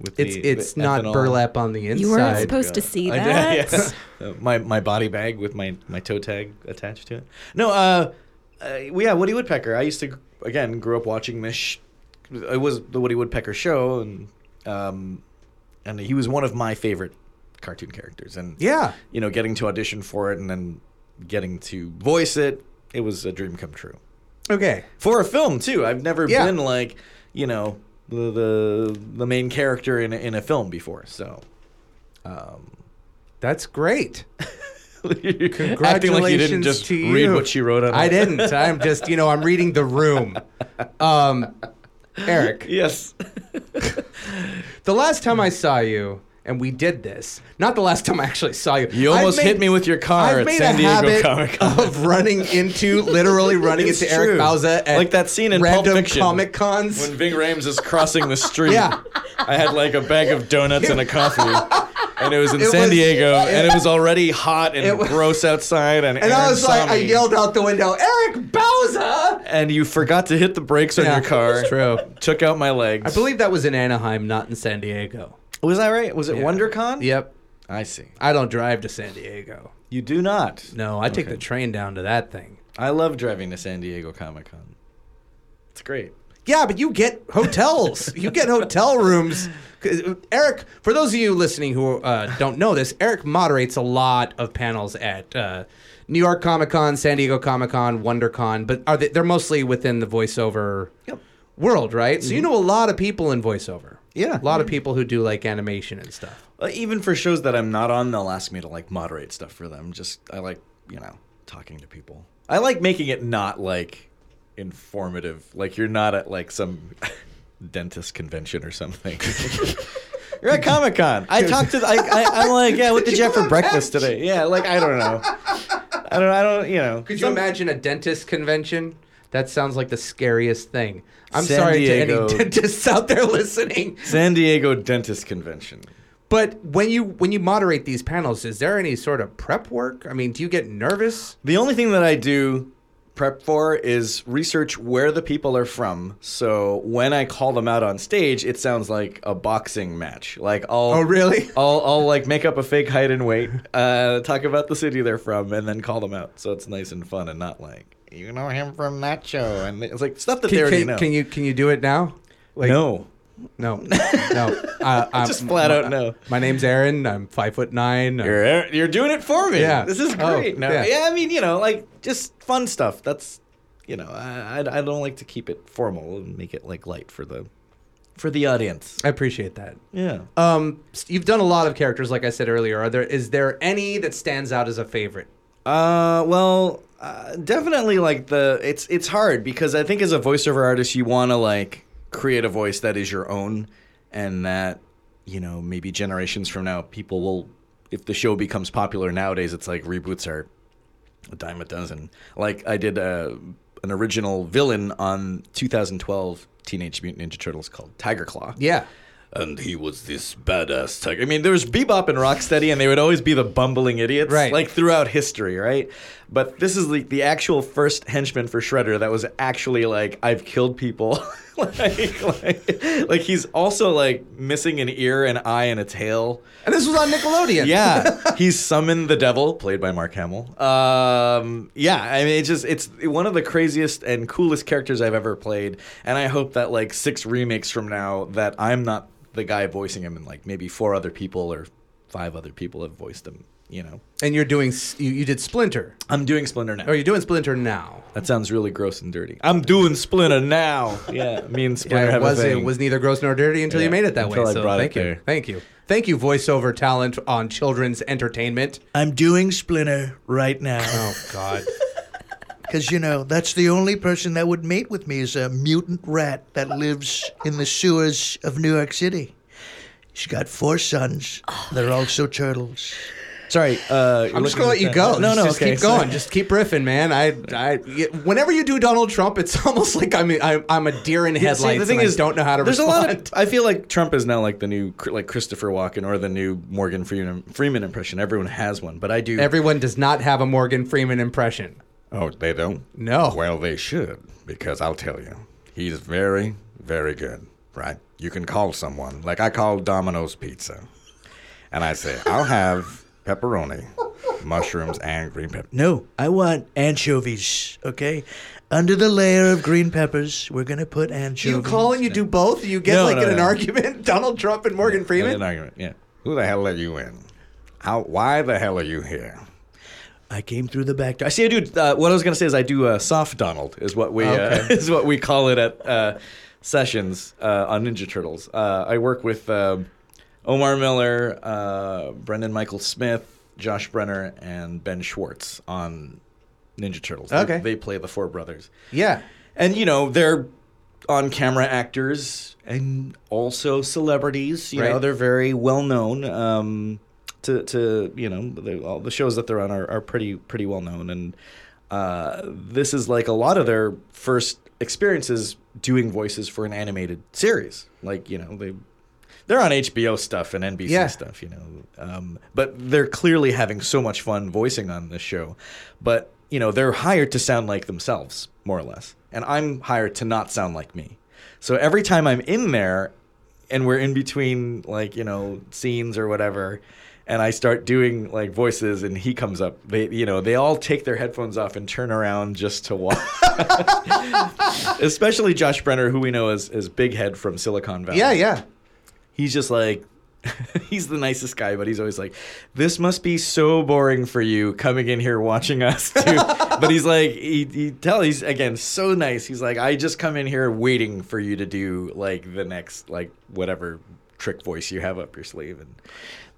E: with
B: it's
E: the,
B: it's
E: the
B: not
E: ethanol.
B: burlap on the inside.
D: You weren't supposed to see
E: I-
D: that.
E: yeah. Uh, my my body bag with my my toe tag attached to it. No, uh, uh well, yeah, Woody Woodpecker. I used to again grew up watching this. Sh- it was the Woody Woodpecker show, and um, and he was one of my favorite cartoon characters. And
B: Yeah.
E: you know, getting to audition for it and then getting to voice it, it was a dream come true
B: Okay.
E: for a film too. I've never
B: Yeah.
E: been like you know the the, the main character in a, in a film before. So
B: That's great.
E: Congratulations acting like you didn't just
B: to
E: read
B: you.
E: what she wrote. on
B: I
E: it.
B: didn't. I'm just, you know, I'm reading the room. Um, Eric.
E: Yes.
B: the last time I saw you, and we did this. Not the last time I actually saw you.
E: You
B: I've
E: almost
B: made-
E: hit me with your car
B: I've
E: at
B: made
E: San
B: a
E: Diego
B: habit
E: Comic Con.
B: of running into, literally running
E: It's
B: into
E: true.
B: Eric Bauza at
E: like that scene in
B: random
E: Pulp Fiction,
B: comic cons.
E: when Ving Rhames is crossing the street.
B: Yeah.
E: I had like a bag of donuts and a coffee. And it was in
B: It
E: San
B: was-
E: Diego, and it was already hot and
B: It was-
E: gross outside. And,
B: and I
E: Aaron
B: was like,
E: saw
B: I
E: me.
B: yelled out the window, Eric Bauza!
E: and you forgot to hit the brakes on
B: Yeah.
E: your car.
B: True.
E: Took out my legs.
B: I believe that was in Anaheim, not in San Diego.
E: Was I right? Was it WonderCon?
B: Yep.
E: I see.
B: I don't drive to San Diego.
E: You do not.
B: No, I take
E: Okay.
B: the train down to that thing.
E: I love driving to San Diego Comic Con. It's great.
B: Yeah, but you get hotels. you get hotel rooms. 'Cause, uh, Eric, for those of you listening who uh, don't know this, Eric moderates a lot of panels at uh, New York Comic Con, San Diego Comic Con, WonderCon, but are they, they're mostly within the voiceover world, right? So you know a lot of people in voiceover.
E: Mm-hmm. Yeah.
B: A lot of people who do like animation and stuff.
E: Uh, Even for shows that I'm not on, they'll ask me to like moderate stuff for them. Just I like you know talking to people. I like making it not like informative. Like you're not at like some dentist convention or something. you're at Comic Con. I talked to. I, I I'm like yeah. What did you have for breakfast today? Yeah. Like I don't know. I don't. I don't. You know.
B: Could you imagine a dentist convention? That sounds like the scariest thing. I'm
E: San
B: sorry
E: Diego.
B: to any dentists out there listening.
E: San Diego dentist convention.
B: But when you when you moderate these panels, is there any sort of prep work? I mean, do you get nervous?
E: The only thing that I do prep for is research where the people are from. So when I call them out on stage, it sounds like a boxing match. Like I'll
B: Oh, really?
E: I'll, I'll like make up a fake height and weight, uh, talk about the city they're from, and then call them out. So it's nice and fun and not like you know him from that show. And it's like stuff that they
B: Can,
E: already
B: can-
E: know.
B: can you can you do it now? Like,
E: no.
B: no, no. Uh, I'm-
E: Just flat out
B: my-
E: no.
B: My name's Aaron. I'm five foot Um, 9 I'm-
E: You're, you're doing it for me.
B: Yeah.
E: This is
B: Oh,
E: great. no,
B: yeah.
E: yeah. I mean, you know, like just fun stuff. That's, you know, I, I, I don't like to keep it formal and make it like light for the, for the audience.
B: I appreciate that.
E: Yeah.
B: Um, s- you've done a lot of characters, like I said earlier. Are there is there any that stands out as a favorite?
E: Uh, well, uh, definitely like the it's it's hard because I think as a voiceover artist you want to like create a voice that is your own and that you know maybe generations from now people will if the show becomes popular nowadays it's like reboots are a dime a dozen. Like I did uh, an original villain on 2012 Teenage Mutant Ninja Turtles called Tiger Claw.
B: Yeah.
I: And he was this badass
E: I mean, there was bebop and rocksteady, and they would always be the bumbling idiots,
B: Right.
E: Like throughout history, right? But this is like the actual first henchman for Shredder that was actually like, I've killed people, like, like, like he's also like missing an ear, an eye, and a tail.
B: And this was on Nickelodeon.
E: Yeah, he's summoned the devil, played by Mark Hamill. Um, yeah, I mean, it's just it's one of the craziest and coolest characters I've ever played, and I hope that like six remakes from now that I'm not the guy voicing him, and like maybe four other people or five other people have voiced him. You know,
B: And you're doing s- you, you did Splinter.
E: I'm doing Splinter now.
B: Or you're doing Splinter now.
E: That sounds really gross and dirty. I'm doing Splinter now. Yeah, me and Splinter
B: Yeah,
E: have
B: it was
E: a thing.
B: it was neither gross nor dirty until you
E: Yeah,
B: made it that
E: until
B: way.
E: I
B: so
E: brought it
B: thank you,
E: there.
B: thank you, thank you, voiceover talent on children's entertainment.
H: I'm doing Splinter right now
B: Oh God,
H: because you know that's the only person that would mate with me is a mutant rat that lives in the sewers of New York City. She's got four sons. They're also turtles.
E: Sorry, uh,
B: I'm just gonna let you go.
E: No,
B: Just-
E: no,
B: just
E: okay,
B: keep going.
E: sorry.
B: Just keep riffing, man. I, I, y- whenever you do Donald Trump, it's almost like I'm, I'm, I'm a deer in
E: Yeah, see,
B: headlights. and I don't know how to
E: there's
B: respond.
E: a lot. Of, I feel like Trump is now like the new, Chr- like Christopher Walken or the new Morgan Freeman, Freeman impression. Everyone has one, but I do.
B: Everyone does not have a Morgan Freeman impression.
I: Oh, they don't?
B: No.
I: Well, they should, because I'll tell you, he's very, very good, right? You can call someone, like I called Domino's Pizza, and I say, I'll have pepperoni, mushrooms, and green pepper.
H: No, I want anchovies, okay? Under the layer of green peppers, we're going to put
B: You
H: anchovies.
B: call and you do both. You get
E: No,
B: like
E: no,
B: in an
E: no.
B: argument, Donald Trump and Morgan Freeman.
I: An argument, yeah. Who the hell let you in? How? Why the hell are you here?
H: I came through the back door.
E: I see. I do. Uh, what I was gonna say is I do uh, soft Donald is what we
B: Oh,
E: uh, is what we call it at uh, sessions uh, on Ninja Turtles. Uh, I work with um Omar Miller, uh, Brendan Michael Smith, Josh Brenner and Ben Schwartz on Ninja Turtles. They-
B: Okay.
E: they play the four brothers.
B: Yeah.
E: And you know, they're on camera actors and also celebrities. You know,
B: Right.
E: they're very well known. Um, to, to you know, the, all the shows that they're on are, are pretty pretty well known, and uh, this is like a lot of their first experiences doing voices for an animated series. Like you know, they they're on HBO stuff and NBC
B: Yeah.
E: stuff, you know. Um, but they're clearly having so much fun voicing on this show. But you know, they're hired to sound like themselves, more or less, and I'm hired to not sound like me. So every time I'm in there, and we're in between like you know scenes or whatever. And I start doing like voices, and he comes up. They, you know, they all take their headphones off and turn around just to watch. Especially Josh Brenner, who we know as, as Big Head from Silicon Valley
B: Yeah, yeah.
E: he's just like he's the nicest guy but he's always like this must be so boring for you coming in here watching us too but he's like he, he tell he's again so nice he's like i just come in here waiting for you to do like the next like whatever trick voice you have up your sleeve and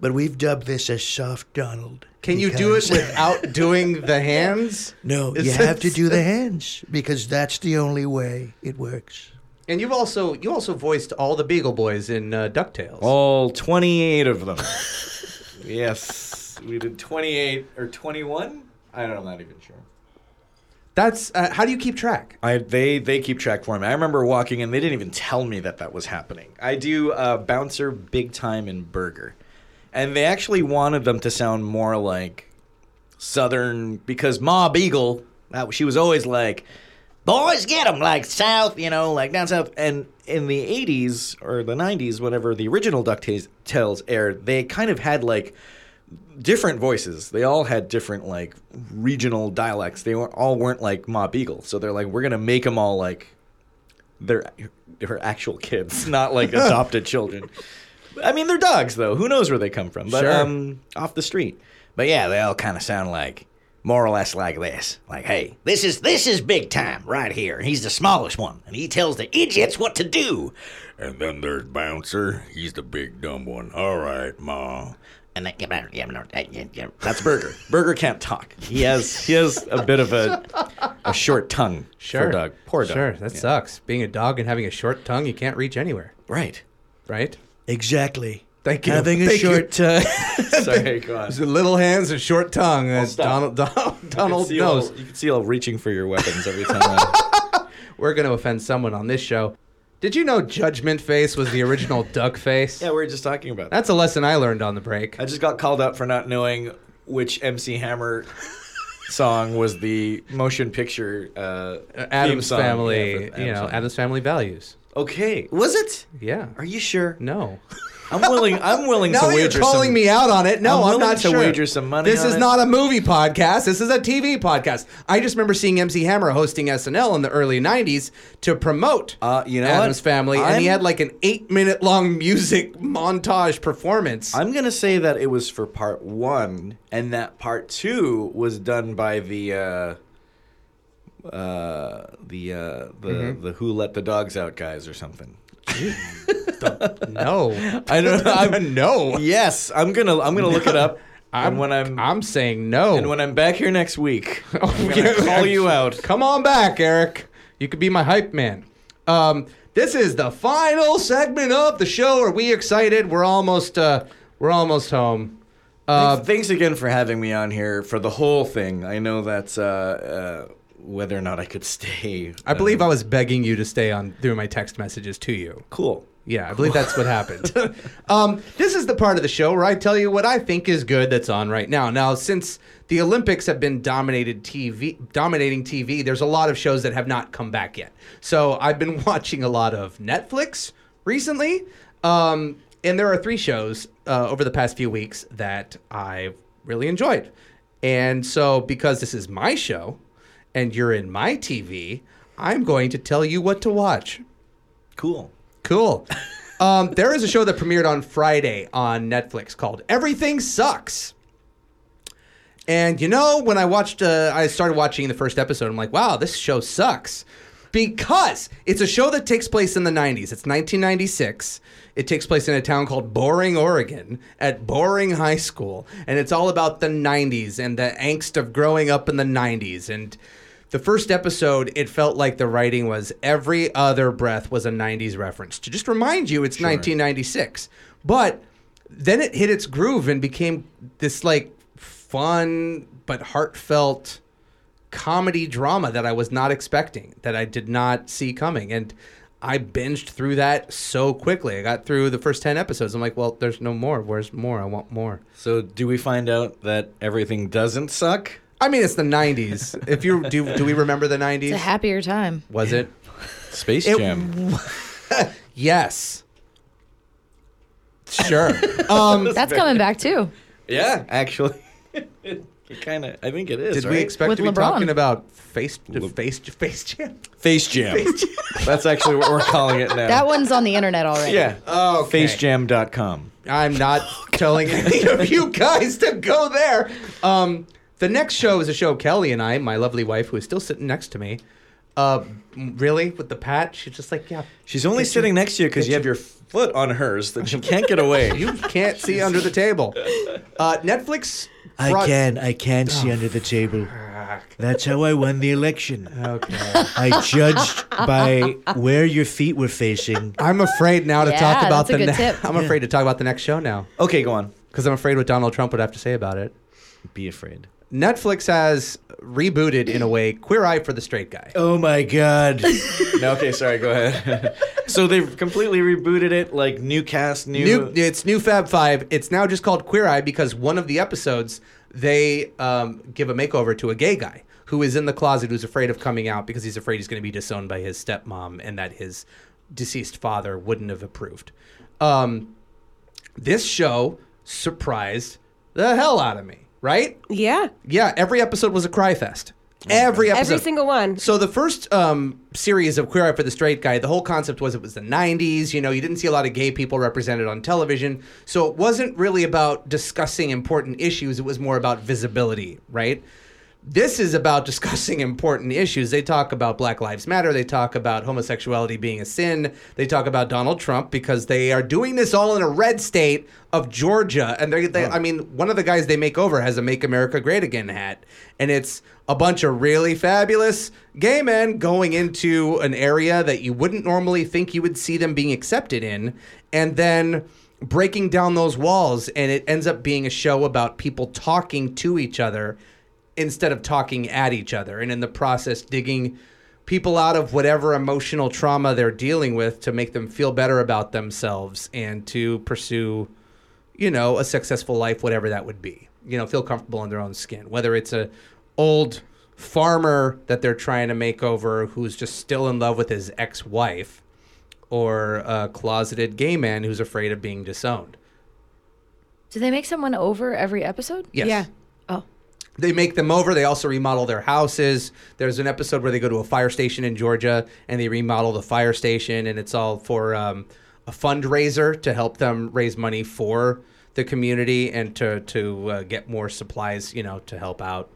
H: But we've dubbed this as soft Donald.
B: Can you do it
H: because-
B: without doing the hands?
H: No, you
B: It's-
H: have to do the hands because that's the only way it works.
B: And you've also you also voiced all the Beagle Boys in uh, Ducktales.
E: all 28 of them yes we did 28 or 21 i don't i'm not even sure
B: That's uh, how do you keep track?
E: I they they keep track for me. I remember walking in; they didn't even tell me that that was happening. I do uh, bouncer, big time, and burger, and they actually wanted them to sound more like southern because Ma Beagle, that, she was always like, "Boys get 'em like south, you know, like down south." And in the '80s or the '90s, whenever the original Ducktales aired, they kind of had like different voices. They all had different like regional dialects. They were, all weren't like Ma Beagle. So they're like, we're gonna make them all like they're they're actual kids, not like adopted children. I mean, they're dogs though. Who knows where they come from? But
B: Sure.
E: um, off the street. But yeah, they all kind of sound like more or less like this.
K: Like, hey, this is this is big time right here. He's the smallest one, and he tells the idiots what to do.
I: And then there's Bouncer. He's the big dumb one. All right, Ma.
K: And that, yeah, yeah, no, yeah, yeah, yeah.
E: That's Burger. Burger can't talk. He has he has a bit of a a short tongue
B: Sure,
E: for Doug. Poor Doug.
B: Sure, that sucks. Being a dog and having a short tongue, you can't reach anywhere.
E: Right.
B: Right.
H: Exactly.
B: Thank you.
H: Having a
B: Thank you.
H: short uh,
E: Sorry, go on.
B: It's the little hands and short tongue. That's Donald. Donald, Donald
E: you can see all-
B: knows.
E: you can see all reaching for your weapons every time. I,
B: We're going to offend someone on this show. Did you know Judgment Face was the original Duck Face?
E: yeah, we were just talking about that.
B: That's a lesson I learned on the break.
E: I just got called out for not knowing which MC Hammer song was the motion picture uh, theme
B: Adam's
E: song.
B: family,
E: Yeah, for
B: you know,
E: Adam's song.
B: Adam's family values.
E: Okay, was it?
B: Yeah.
E: Are you sure?
B: No.
E: I'm willing. I'm willing
B: now
E: to
B: that you're
E: wager.
B: calling
E: some,
B: me out on it, no, I'm,
E: I'm willing
B: not
E: to
B: sure.
E: wager some money
B: This
E: on
B: is
E: it.
B: not a movie podcast. This is a TV podcast. I just remember seeing MC Hammer hosting SNL in the early '90s to promote
E: Uh, you know what?
B: Adam's Family, and he
E: I'm-
B: had like an eight-minute-long music montage performance.
E: I'm gonna say that it was for part one, and that part two was done by the uh, uh, the uh, the
B: Mm-hmm.
E: the Who Let the Dogs Out guys or something.
B: no,
E: I don't know. I'm,
B: no.
E: yes, I'm gonna I'm gonna look it up.
B: I'm
E: and when I'm
B: I'm saying no.
E: and when I'm back here next week, I'm
B: Yeah,
E: gonna call
B: I'm-
E: you out.
B: Come on back, Eric. You could be my hype man. Um, this is the final segment of the show. Are we excited? We're almost uh, we're almost home. Uh,
E: Thanks- Thanks again for having me on here for the whole thing. I know that's uh, uh, whether or not I could stay.
B: I believe I was begging you to stay on through my text messages to you.
E: cool.
B: Yeah, I believe that's what happened. um, this is the part of the show where I tell you what I think is good that's on right now. Now, since the Olympics have been dominated TV, dominating TV, there's a lot of shows that have not come back yet. So I've been watching a lot of Netflix recently, um, and there are three shows uh, over the past few weeks that I've really enjoyed. And so, because this is my show, and you're in my TV, I'm going to tell you what to watch.
E: Cool.
B: Cool. Um, there is a show that premiered on Friday on Netflix called Everything Sucks. And you know, when I watched, uh, I started watching the first episode. I'm like, wow, this show sucks. because it's a show that takes place in the 90s. It's 1996. It takes place in a town called Boring, Oregon, at Boring High School, and it's all about the 90s and the angst of growing up in the 90s and the first episode, it felt like the writing was every other breath was a 90s reference. To just remind you, it's 1996. But then it hit its groove and became this like fun but heartfelt comedy drama that I was not expecting, that I did not see coming. And I binged through that so quickly. I got through the first 10 episodes. I'm like, well, there's no more. Where's more? I want more.
E: So, do we find out that everything doesn't suck?
B: I mean, it's the 90s. if you do, do we remember the 90s?
C: It's a happier time.
B: Was it
E: Space
B: It-
E: Jam?
B: yes. Sure. um,
C: That's coming back too.
E: yeah, actually, it kind of. I think it is.
B: Did we
E: right?
B: expect
C: With
B: to be
C: LeBron.
B: talking about face to face to face jam?
E: Face Jam? That's actually what we're calling it now.
C: That one's on the internet already.
E: yeah.
B: Oh,
E: Facejam.com.
B: I'm not telling any of you guys to go there. Um, the next show is a show Kelly and I, my lovely wife, who is still sitting next to me. Uh, really, with the pat, she's just like, yeah.
E: She's only sitting next to you because you have your foot on hers that you can't get away.
B: You can't see under the table. Uh, Netflix.
H: I
B: brought-
H: can. I can see under the table. That's how I won the election.
B: Okay.
H: I judged by where your feet were facing.
B: I'm afraid now to
C: Yeah,
B: talk about
C: that's a
B: the.
C: good
B: ne-
C: tip.
B: I'm afraid to talk about the next show now
E: Okay, go on.
B: because I'm afraid what Donald Trump would have to say about it.
E: Be afraid.
B: Netflix has rebooted in a way Queer Eye for the Straight Guy.
H: Oh my god.
E: No, okay, sorry, go ahead. so they've completely rebooted it, like new cast, new.
B: New, it's new Fab Five. It's now just called Queer Eye because one of the episodes they um, give a makeover to a gay guy who is in the closet who's afraid of coming out because he's afraid he's going to be disowned by his stepmom and that his deceased father wouldn't have approved. Um, this show surprised the hell out of me. Right?
D: Yeah.
B: Yeah. Every episode was a cry fest. Every episode.
D: Every single one.
B: So the first um, series of Queer Eye for the Straight Guy, the whole concept was it was the '90s. You know, you didn't see a lot of gay people represented on television, so it wasn't really about discussing important issues. It was more about visibility, right? This is about discussing important issues. They talk about Black Lives Matter. They talk about homosexuality being a sin. They talk about Donald Trump because they are doing this all in a red state of Georgia. And they, they I mean, one of the guys they make over has a "Make America Great Again" hat, and it's a bunch of really fabulous gay men going into an area that you wouldn't normally think you would see them being accepted in, and then breaking down those walls. And it ends up being a show about people talking to each other instead of talking at each other, and in the process, digging people out of whatever emotional trauma they're dealing with to make them feel better about themselves and to pursue you know, a successful life, whatever that would be. You know, feel comfortable in their own skin. Whether it's a old farmer that they're trying to make over who's just still in love with his ex-wife, or a closeted gay man who's afraid of being disowned.
C: Do they make someone over every episode?
B: Yes.
D: Yeah.
C: Oh.
B: They make them over. They also remodel their houses. There's an episode where they go to a fire station in Georgia and they remodel the fire station, and it's all for um, a fundraiser to help them raise money for the community and to to uh, get more supplies, you know, to help out.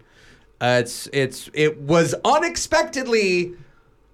B: Uh, it's it's it was unexpectedly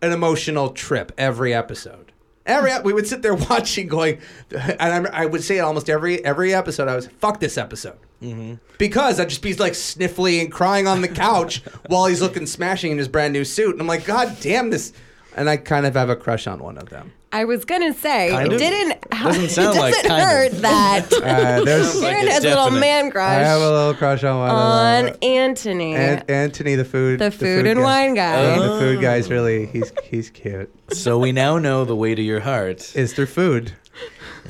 B: an emotional trip every episode. Every ep- we would sit there watching, going, and I, I would say almost every every episode, I was fuck this episode Mm-hmm. because I'd just be like sniffly and crying on the couch while he's looking smashing in his brand new suit, and I'm like, God damn this! And I kind of have a crush on one of them.
D: I was gonna say
E: Kind
D: it
E: of.
D: didn't.
E: Doesn't
D: it
E: sound
D: doesn't
E: like kind of.
D: hurt that.
B: Uh, there's
E: Like
D: Aaron
E: a
D: has a little
E: definite-
D: man
B: I have a uh,
D: crush
B: little crush on one
D: on
B: of them.
D: Anthony,
B: An- Anthony, the food,
D: the food and
B: guy.
D: wine guy.
B: Yeah, the food guy's really he's he's cute.
E: So we now know the way to your heart.
B: Is through food.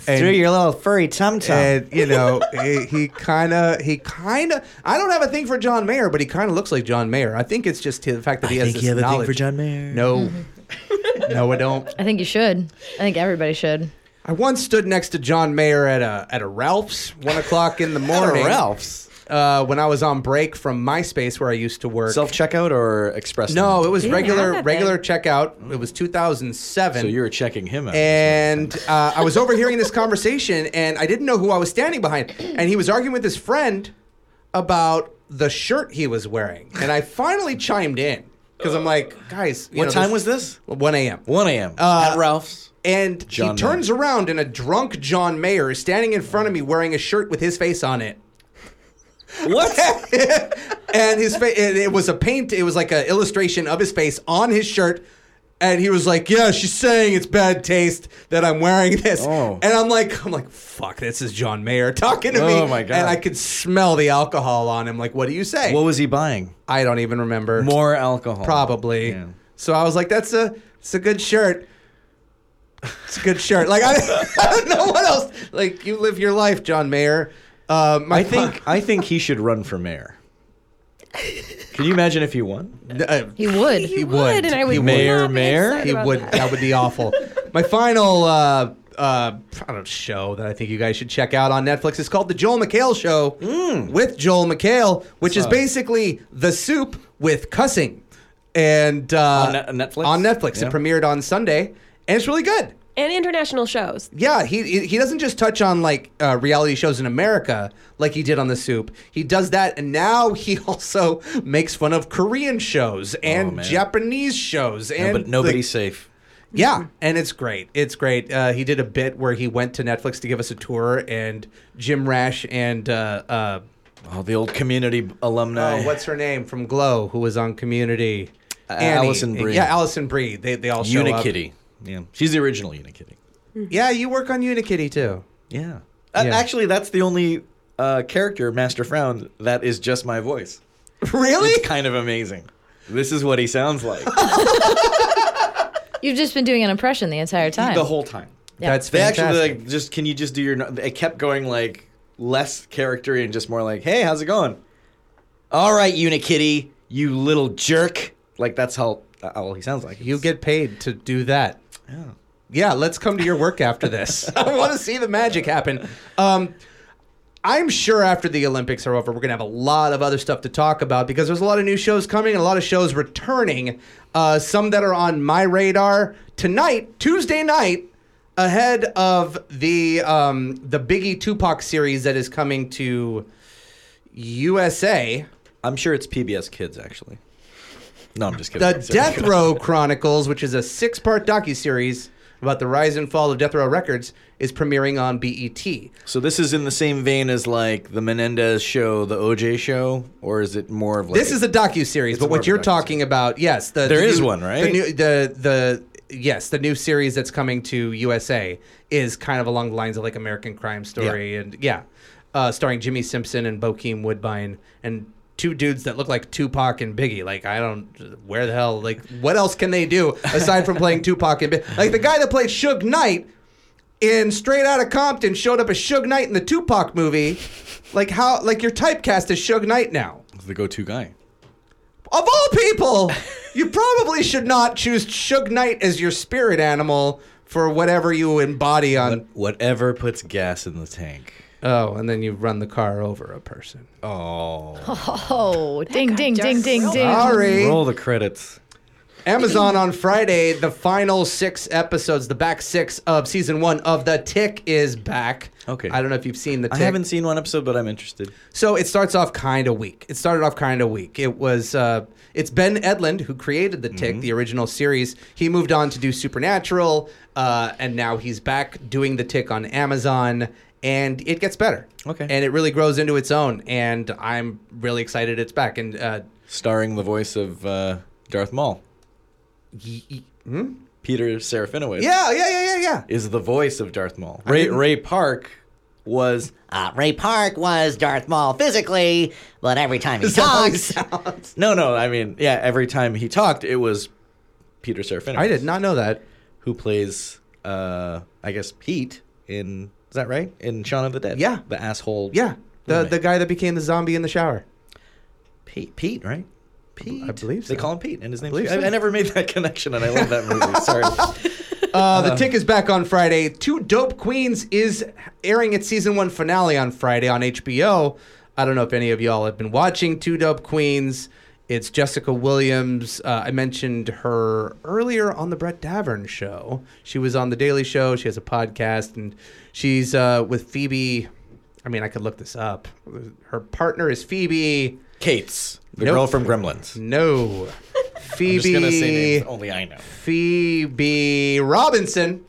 B: And-
F: Through your little furry tum tum.
B: and you know he, he kind of he kind of I don't have a thing for John Mayer, but he kind of looks like John Mayer. I think it's just the fact that he
H: I
B: has
H: think
B: this
H: you have a
B: knowledge.
H: thing for John Mayer.
B: No, no, I don't.
C: I think you should. I think everybody should.
B: I once stood next to John Mayer at a at a Ralph's one o'clock in the morning.
E: Ralph's
B: uh, when I was on break from MySpace where I used to work.
E: self checkout or express?
B: no, it was regular
D: have that
B: regular checkout. It was 2007.
E: So you were checking him out.
B: And uh, I was overhearing this conversation, and I didn't know who I was standing behind. And he was arguing with his friend about the shirt he was wearing. And I finally chimed in. because I'm like, guys, you
E: What
B: know,
E: time was this?
B: 1 a.m.
E: 1 a.m.
B: Uh,
E: At Ralph's.
B: And
E: John
B: he turns around, and a drunk John Mayer is standing in front of me wearing a shirt with his face on it.
E: What?
B: and his face, and it was a paint. It was like an illustration of his face on his shirt. And he was like, "Yeah, she's saying it's bad taste that I'm wearing this." And I'm like, "I'm like, fuck, this is John Mayer talking to me."
E: Oh. Oh, my God.
B: And I could smell the alcohol on him. Like, what do you say?
E: What was he buying?
B: I don't even remember.
E: More alcohol.
B: Probably. So I was like, "That's a, it's a good shirt. It's a good shirt." Like I, I don't know what else. Like you live your life, John Mayer. Uh, my
E: I think I think he should run for mayor. Can you imagine if he won?
C: He would.
B: He, would.
D: and I would
E: mayor,
D: not be
E: mayor?
D: excited
B: He
D: about
B: would.
D: that.
B: That. would be awful. My final, uh, uh, I don't know, show that I think you guys should check out on Netflix is called The Joel McHale Show with Joel McHale, which is
E: Saw it.
B: basically the soup with cussing. And uh, on
E: Netflix.
B: On Netflix,
E: Yeah.
B: it premiered on Sunday, and it's really good.
D: And international shows.
B: Yeah, he he- he doesn't just touch on like uh, reality shows in America like he did on The Soup. He does that, and now he also makes fun of Korean shows and
E: Oh, man.
B: Japanese shows. And
E: No, but nobody's
B: like-
E: safe.
B: yeah, and it's great. It's great. Uh, he did a bit where he went to Netflix to give us a tour, and Jim Rash and uh, uh,
E: Oh, the old community alumni.
B: oh, what's her name from Glow, who was on Community,
E: Uh,
B: Annie.
E: Allison Brie.
B: Yeah, Allison Brie. They they all show up.
E: Unikitty. Yeah, she's the original Unikitty.
B: Yeah, you work on Unikitty too.
E: Yeah. Uh,
B: Yeah.
E: Actually, that's the only uh, character, Master Frown, that is just my voice.
B: Really?
E: It's kind of amazing. This is what he sounds like
C: You've just been doing an impression the entire time.
E: the whole time.
C: Yeah. That's
E: they actually
B: fantastic.
E: like just can you just do your? They kept going like less character and just more like, hey, how's it going? All right, Unikitty, you little jerk. Like that's how uh, all he sounds like.
B: You get paid to do that.
E: Yeah.
B: Yeah, let's come to your work after this. I want to see the magic happen. Um, I'm sure after the Olympics are over, we're going to have a lot of other stuff to talk about because there's a lot of new shows coming and a lot of shows returning. Uh, some that are on my radar tonight, Tuesday night, ahead of the um, the Biggie Tupac series that is coming to USA.
E: I'm sure it's PBS Kids actually. No, I'm just kidding.
B: The
E: Sorry.
B: Death Row Chronicles, which is a six-part docu-series about the rise and fall of Death Row Records, is premiering on E BET.
E: So this is in the same vein as like the Menendez show, the OJ show, or is it more of like
B: This is a docu-series, but
E: more
B: what
E: of a
B: you're talking about, yes, the,
E: There
B: the
E: is
B: new-
E: one, right?
B: The new the the yes, the new series that's coming to USA is kind of along the lines of like American Crime Story, and yeah, uh, starring Jimmy Simpson and Bokeem Woodbine and. Two dudes that look like Tupac and Biggie. Like I don't, where the hell? Like what else can they do aside from playing Tupac and Biggie? Like the guy that played Suge Knight in Straight Outta Compton showed up as Suge Knight in the Tupac movie. Like how? Like your typecast is Suge Knight now
E: It's the go-to guy?
B: of all people, you probably should not choose Suge Knight as your spirit animal for whatever you embody on.
E: Whatever puts gas in the tank.
B: Oh, and then you run the car over a person.
E: Oh,
C: Oh, ding, ding, ding, ding, ding.
B: Sorry.
E: roll the credits.
B: Amazon on Friday, the final six episodes, the back six of season one of The Tick is back.
E: Okay.
B: I don't know if you've seen The
E: I
B: Tick.
E: haven't seen one episode, but I'm interested.
B: So it starts off kind of weak. It started off kind of weak. It was uh, it's Ben Edlund who created the Tick, the original series. He moved on to do Supernatural, uh, and now he's back doing the Tick on Amazon, and it gets better.
E: Okay.
B: and it really grows into its own, and I'm really excited it's back. And uh,
E: Starring the voice of uh, Darth Maul,
B: y- y- hmm?
E: Peter Serafinowicz.
B: yeah, yeah, yeah, yeah, yeah.
E: is the voice of Darth Maul. Ray
B: didn't-
E: Ray Park was
K: Uh, Ray Park was Darth Maul physically, but every time he
B: Is that how he
K: talks,
B: sounds?
E: no, no. I mean, yeah. Every time he talked, it was Peter Serafinowicz.
B: I did not know that.
E: who plays uh I guess Pete in is that right? In Shaun of the Dead.
B: Yeah.
E: The asshole.
B: Yeah, the
E: Roommate.
B: the guy that became the zombie in the shower.
E: Pete, Pete, right? Pete.
B: I believe
E: They
B: so.
E: call him Pete and his name.
B: believe
E: I,
B: so.
E: I never made that connection and I love that movie. Sorry.
B: Uh,
E: Um,
B: the Tick is back on Friday. Two Dope Queens is airing its season one finale on Friday on HBO. I don't know if any of y'all have been watching Two Dope Queens. It's Jessica Williams. Uh, I mentioned her earlier on the Brett Davern show. She was on The Daily Show. She has a podcast, and she's uh, with Phoebe. I mean, I could look this up. Her partner is Phoebe.
E: Kate's the
B: Nope.
E: girl from Gremlins.
B: No. Phoebe.
E: I'm just gonna say names only I know.
B: Phoebe Robinson.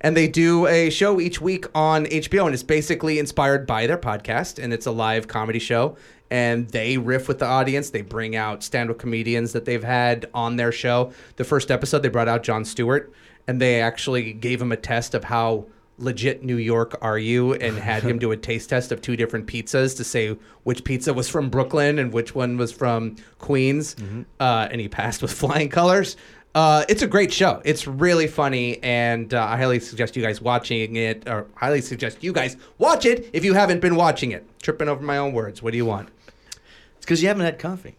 B: And they do a show each week on HBO, and it's basically inspired by their podcast, and it's a live comedy show. And they riff with the audience. They bring out stand-up comedians that they've had on their show. The first episode, they brought out John Stewart, and they actually gave him a test of how legit New York are you, and had him do a taste test of two different pizzas to say which pizza was from Brooklyn and which one was from Queens. Uh, and he passed with flying colors. Uh, it's a great show. It's really funny, and uh, I highly suggest you guys watching it, or highly suggest you guys watch it if you haven't been watching it. Tripping over my own words. What do you want?
E: It's because you haven't had coffee.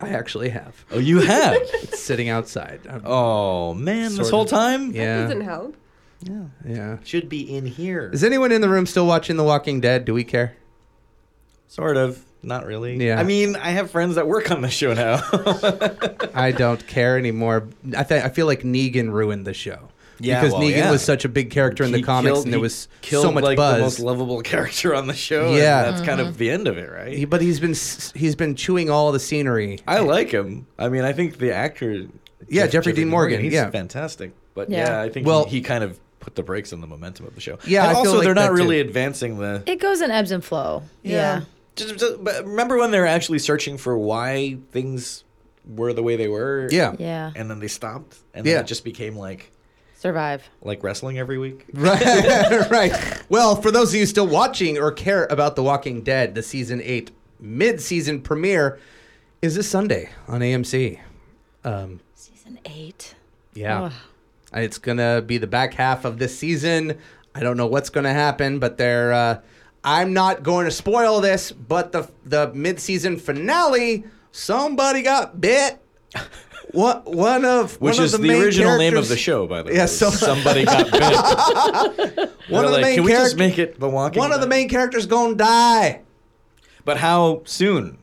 B: I actually have.
E: Oh, you have?
B: it's sitting outside. I'm
E: oh man, this
B: sort
E: whole
B: of-
E: time?
B: Yeah,
D: help.
B: yeah.
E: Should be in here.
B: Is anyone in the room still watching The Walking Dead? Do we care?
E: Sort of. Not really.
B: Yeah.
E: I mean, I have friends that work on the show now.
B: I don't care anymore. I th- I feel like Negan ruined the show.
E: Yeah,
B: because
E: well,
B: Negan
E: yeah.
B: was such a big character in the
E: He
B: comics,
E: killed-
B: and there
E: he
B: was
E: killed,
B: so much
E: like,
B: buzz.
E: The most lovable character on the show.
B: Yeah.
E: Yeah, that's kind
C: Mm-hmm.
E: of the end of it, right?
B: He- but he's been s- he's been chewing all the scenery.
E: I like him. I mean, I think the actor.
B: Yeah, Jeffrey Dean Morgan,
E: He's
B: yeah.
E: fantastic. But
C: Yeah.
E: yeah, I think
B: Well-
E: he, he kind of put the brakes on the momentum of the show.
B: Yeah,
E: and
B: I feel
E: also
B: like
E: they're
B: that
E: not
B: too.
E: really advancing the.
C: It goes in ebbs and flow. Yeah.
E: Just, just- but remember when they were actually searching for why things were the way they were?
B: Yeah.
C: Yeah.
E: And then they stopped, and then
B: Yeah.
E: it just became like
C: Survive.
E: like wrestling every week.
B: Right, right. Well, for those of you still watching or care about The Walking Dead, the season eight mid-season premiere is this Sunday on AMC. Um,
C: Season eight.
B: yeah,
C: Ugh.
B: And it's gonna be the back half of this season. I don't know what's gonna happen, but they're. Uh, I'm not going to spoil this, but the the mid-season finale, somebody got bit. What one of
E: Which
B: one
E: is
B: of
E: the,
B: the, main
E: original name of
B: characters-
E: the show, by the way.
B: Yeah,
E: was
B: so-
E: somebody got bit.
B: One
E: They're
B: of the
E: like,
B: main
E: Can we
B: characters.
E: just make it the Walking
B: One of the main characters gonna die.
E: But how soon?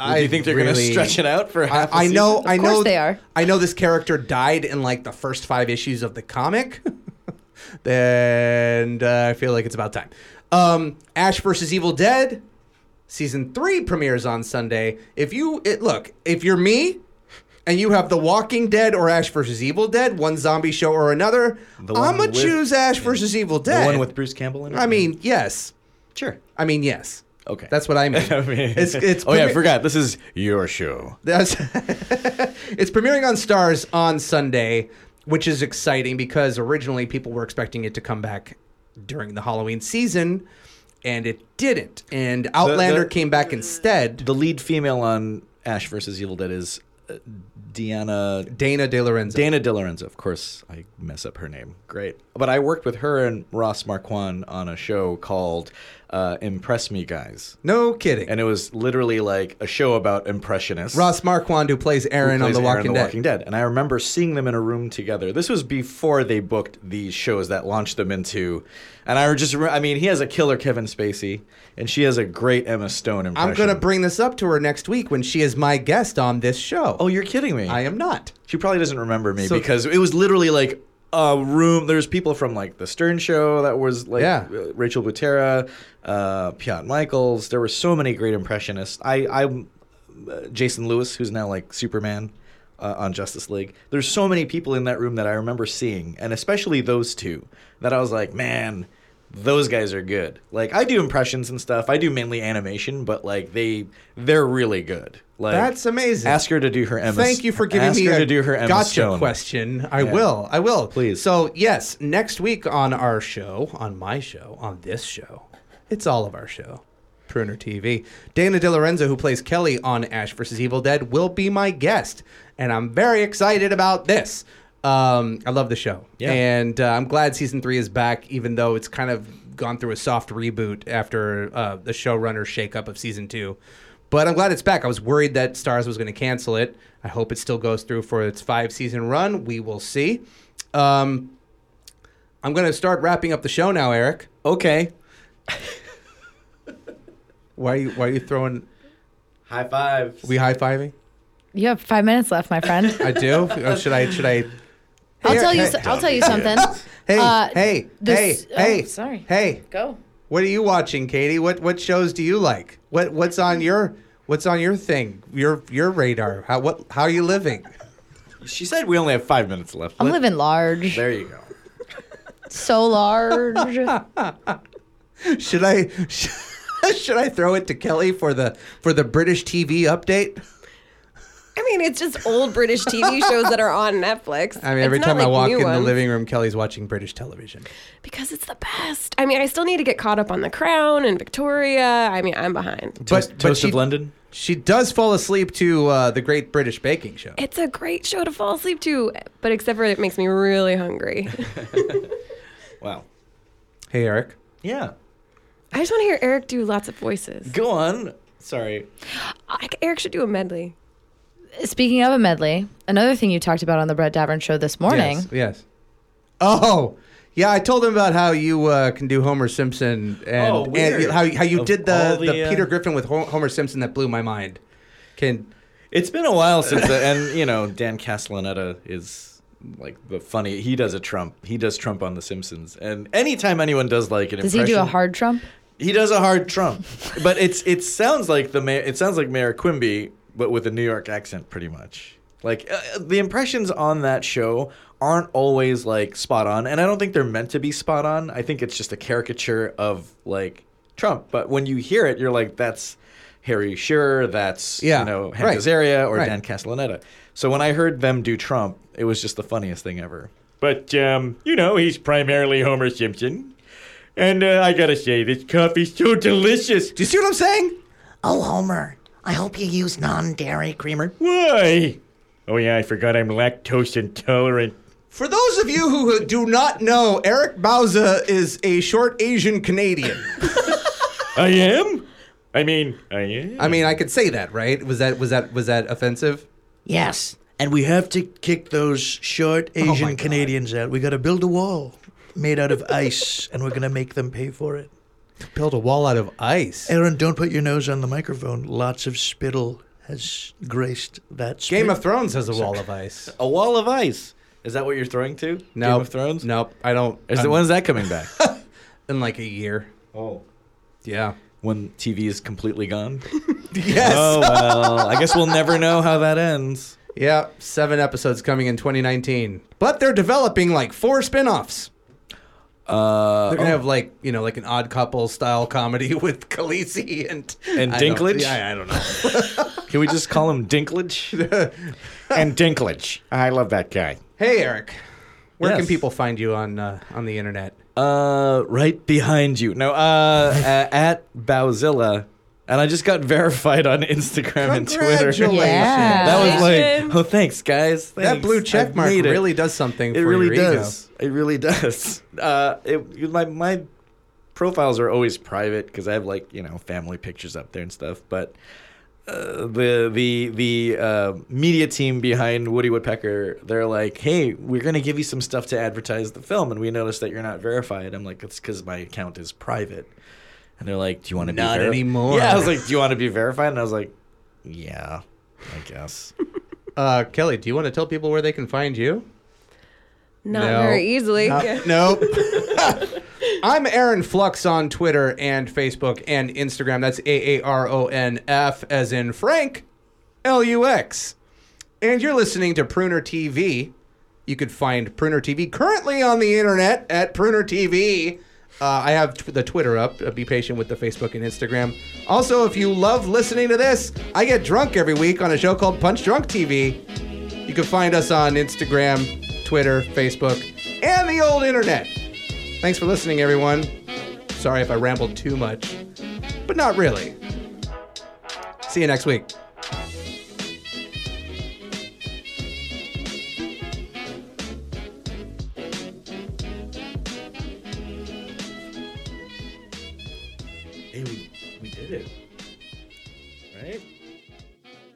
B: I
E: Do you think they're going
B: really-
E: to stretch it out for half? a
B: I, I know.
E: season?
B: I
C: course
B: know.
C: they are.
B: I know this character died in like the first five issues of the comic, and uh, I feel like it's about time. Um, Ash versus Evil Dead, season three premieres on Sunday. If you it, look, if you're me, and you have The Walking Dead or Ash versus Evil Dead, one zombie show or another,
E: The one
B: I'm gonna
E: with-
B: choose Ash versus Evil
E: the
B: Dead.
E: one with Bruce Campbell in it.
B: I mean, yes.
E: sure.
B: I mean, yes.
E: Okay.
B: That's what I mean.
E: I mean-
B: it's it's.
E: oh yeah, I
B: premi-
E: forgot. This is your show.
B: That's it's premiering on Stars on Sunday, which is exciting because originally people were expecting it to come back during the Halloween season, and it didn't. And Outlander came back instead.
E: The lead female on Ash versus Evil Dead is uh, Deanna
B: Dana DeLorenzo.
E: Dana DeLorenzo. Of course, I mess up her name. Great, but I worked with her and Ross Marquand on a show called uh, "Impress Me, Guys,"
B: no kidding.
E: and it was literally like a show about impressionists.
B: Ross Marquand, who plays Aaron
E: who
B: on
E: plays
B: The
E: Aaron
B: Walking
E: on
B: Dead.
E: Walking Dead. And I remember seeing them in a room together. This was before they booked these shows that launched them into. And I just, remember, I mean, he has a killer Kevin Spacey, and she has a great Emma Stone impression.
B: I'm gonna bring this up to her next week when she is my guest on this show.
E: Oh, you're kidding me!
B: I am not.
E: She probably doesn't remember me
B: So-
E: because it was literally like a room. There's people from like the Stern Show that was like
B: Yeah.
E: uh, Rachel Butera, uh, Piot Michaels. There were so many great impressionists. I, I, uh, Jason Lewis, who's now like Superman uh, on Justice League. There's so many people in that room that I remember seeing, and especially those two that I was like, man. Those guys are good. Like I do impressions and stuff. I do mainly animation, but like they they're really good. Like
B: That's amazing.
E: Ask her to do her Emma.
B: Thank you for giving
E: ask
B: me
E: her
B: a
E: to do her Emma
B: gotcha
E: Stone.
B: question. I
E: Yeah.
B: will. I will.
E: Please.
B: So yes, next week on our show, on my show, on this show, it's all of our show, Pruner TV. Dana DiLorenzo, who plays Kelly on Ash vs. Evil Dead, will be my guest, and I'm very excited about this. Um, I love the show,
E: Yeah.
B: and uh, I'm glad season three is back, even though it's kind of gone through a soft reboot after uh, the showrunner shakeup of season two. But I'm glad it's back. I was worried that Stars was going to cancel it. I hope it still goes through for its five season run. We will see. Um, I'm going to start wrapping up the show now, Eric.
E: Okay.
B: Why are you, why are you throwing?
E: High five.
B: We high fiving?
C: You have five minutes left, my friend.
B: I do. Oh, should I? Should I?
C: I'll
B: Here,
C: tell you.
B: hey,
C: so- I'll tell you something.
B: Hey,
C: uh,
B: hey,
C: this-
B: hey, hey,
C: oh, sorry.
B: hey.
C: Go.
B: What are you watching, Katie? What what shows do you like? What what's on your What's on your thing? Your your radar? How what? How are you living?
E: She said we only have five minutes left.
C: I'm living large.
E: There you go.
C: So large.
B: Should I sh- should I throw it to Kelly for the for the British TV update?
D: I mean, it's just old British TV shows that are on Netflix.
B: I mean, every
D: It's
B: time
D: not,
B: I
D: like,
B: walk
D: new
B: in the
D: ones.
B: living room, Kelly's watching British television.
D: because it's the best. I mean, I still need to get caught up on The Crown and Victoria. I mean, I'm behind.
E: Toast of London.
B: She does fall asleep to uh, the Great British Baking Show.
D: It's a great show to fall asleep to, but except for it makes me really hungry.
E: Wow.
B: Hey, Eric.
E: Yeah.
D: I just want to hear Eric do lots of voices.
E: Go on. Sorry.
D: I, Eric should do a medley.
C: Speaking of a medley, another thing you talked about on the Brett Davern show this morning.
B: Yes. yes. Oh, yeah. I told him about how you uh, can do Homer Simpson and,
E: Oh,
B: and
E: weird.
B: how how you
E: Of
B: did the
E: all
B: the,
E: the, uh,
B: Peter Griffin with Ho- Homer Simpson that blew my mind. Can
E: It's been a while since, the, and you know, Dan Castellaneta is like the funny. He does a Trump. He does Trump on The Simpsons, and anytime anyone does like an
C: Does he
E: impression,
C: do a hard trump?
E: He does a hard Trump, but it's it sounds like the mayor. It sounds like Mayor Quimby, but with a New York accent, pretty much. Like uh, the impressions on that show aren't always like spot on, and I don't think they're meant to be spot on. I think it's just a caricature of like Trump. But when you hear it, you're like, that's Harry Shearer, that's
B: Yeah,
E: you know Hank
B: right,
E: Azaria or
B: right.
E: Dan Castellaneta. So when I heard them do Trump, it was just the funniest thing ever.
J: But, um, you know, he's primarily Homer Simpson. And uh, I gotta say, this coffee's so delicious. Do
B: you see what I'm saying?
G: Oh, Homer, I hope you use non dairy creamer.
J: Why? Oh, yeah, I forgot I'm lactose intolerant.
B: For those of you who do not know, Eric Bauza is a short Asian Canadian.
J: I am. I mean, I am.
B: I mean, I could say that, right? Was that was that was that offensive?
H: Yes. And we have to kick those short
K: Oh
H: Asian Canadians out. We got to build a wall made out of ice, and we're going to make them pay for it.
B: Build a wall out of ice.
H: Aaron, don't put your nose on the microphone. Lots of spittle has graced that.
B: Game
H: spit-
B: of Thrones has a wall of ice.
E: A wall of ice. Is that what you're throwing to?
B: No.
E: Game of Thrones.
B: Nope, I don't.
E: Is the
B: I'm-
E: when is that coming back?
B: in like a year.
E: Oh.
B: Yeah.
E: When TV is completely gone?
B: Yes.
E: Oh, well, I guess we'll never know how that ends.
B: Yeah, seven episodes coming in 2019, but they're developing like four spin-offs.
E: Uh,
B: They're
E: Oh.
B: gonna have like you know like an Odd Couple style comedy with Khaleesi and
E: And
B: I don't-
E: Dinklage?
B: Yeah, I don't know.
E: Can we just call him Dinklage?
F: and Dinklage. I love that guy.
B: Hey, Eric, where
E: Yes.
B: can people find you on uh, on the internet?
E: uh, right behind you. No, uh, a- at Bowzilla. And I just got verified on Instagram and Twitter.
B: Congratulations. Yeah.
E: That was like, oh, thanks, guys.
B: That
E: Thanks.
B: blue check
E: I've
B: mark
E: made it.
B: really does something.
E: It
B: for
E: really
B: your ego.
E: does. It really does. Uh, it, my my profiles are always private because I have like you know family pictures up there and stuff. But uh, the the the uh, media team behind Woody Woodpecker, they're like, hey, we're gonna give you some stuff to advertise the film, and we noticed that you're not verified. I'm like, it's because my account is private. And they're like, do you want to be
B: Not
E: veri-"
B: anymore.
E: Yeah, I was like, do you want to be verified? And I was like, yeah, I guess.
B: Uh, Kelly, do you want to tell people where they can find you?
D: Not
B: No.
D: very easily.
B: Not- nope. I'm Aaron Flux on Twitter and Facebook and Instagram. That's A A R O N F as in Frank L U X. And you're listening to Pruner TV. You could find Pruner TV currently on the internet at Pruner TV. Uh, I have t- the Twitter up. Uh, be patient with the Facebook and Instagram. Also, if you love listening to this, I get drunk every week on a show called Punch Drunk TV. You can find us on Instagram, Twitter, Facebook, and the old internet. Thanks for listening, everyone. Sorry if I rambled too much, but not really. See you next week.
E: Hey, we, we did it. Right?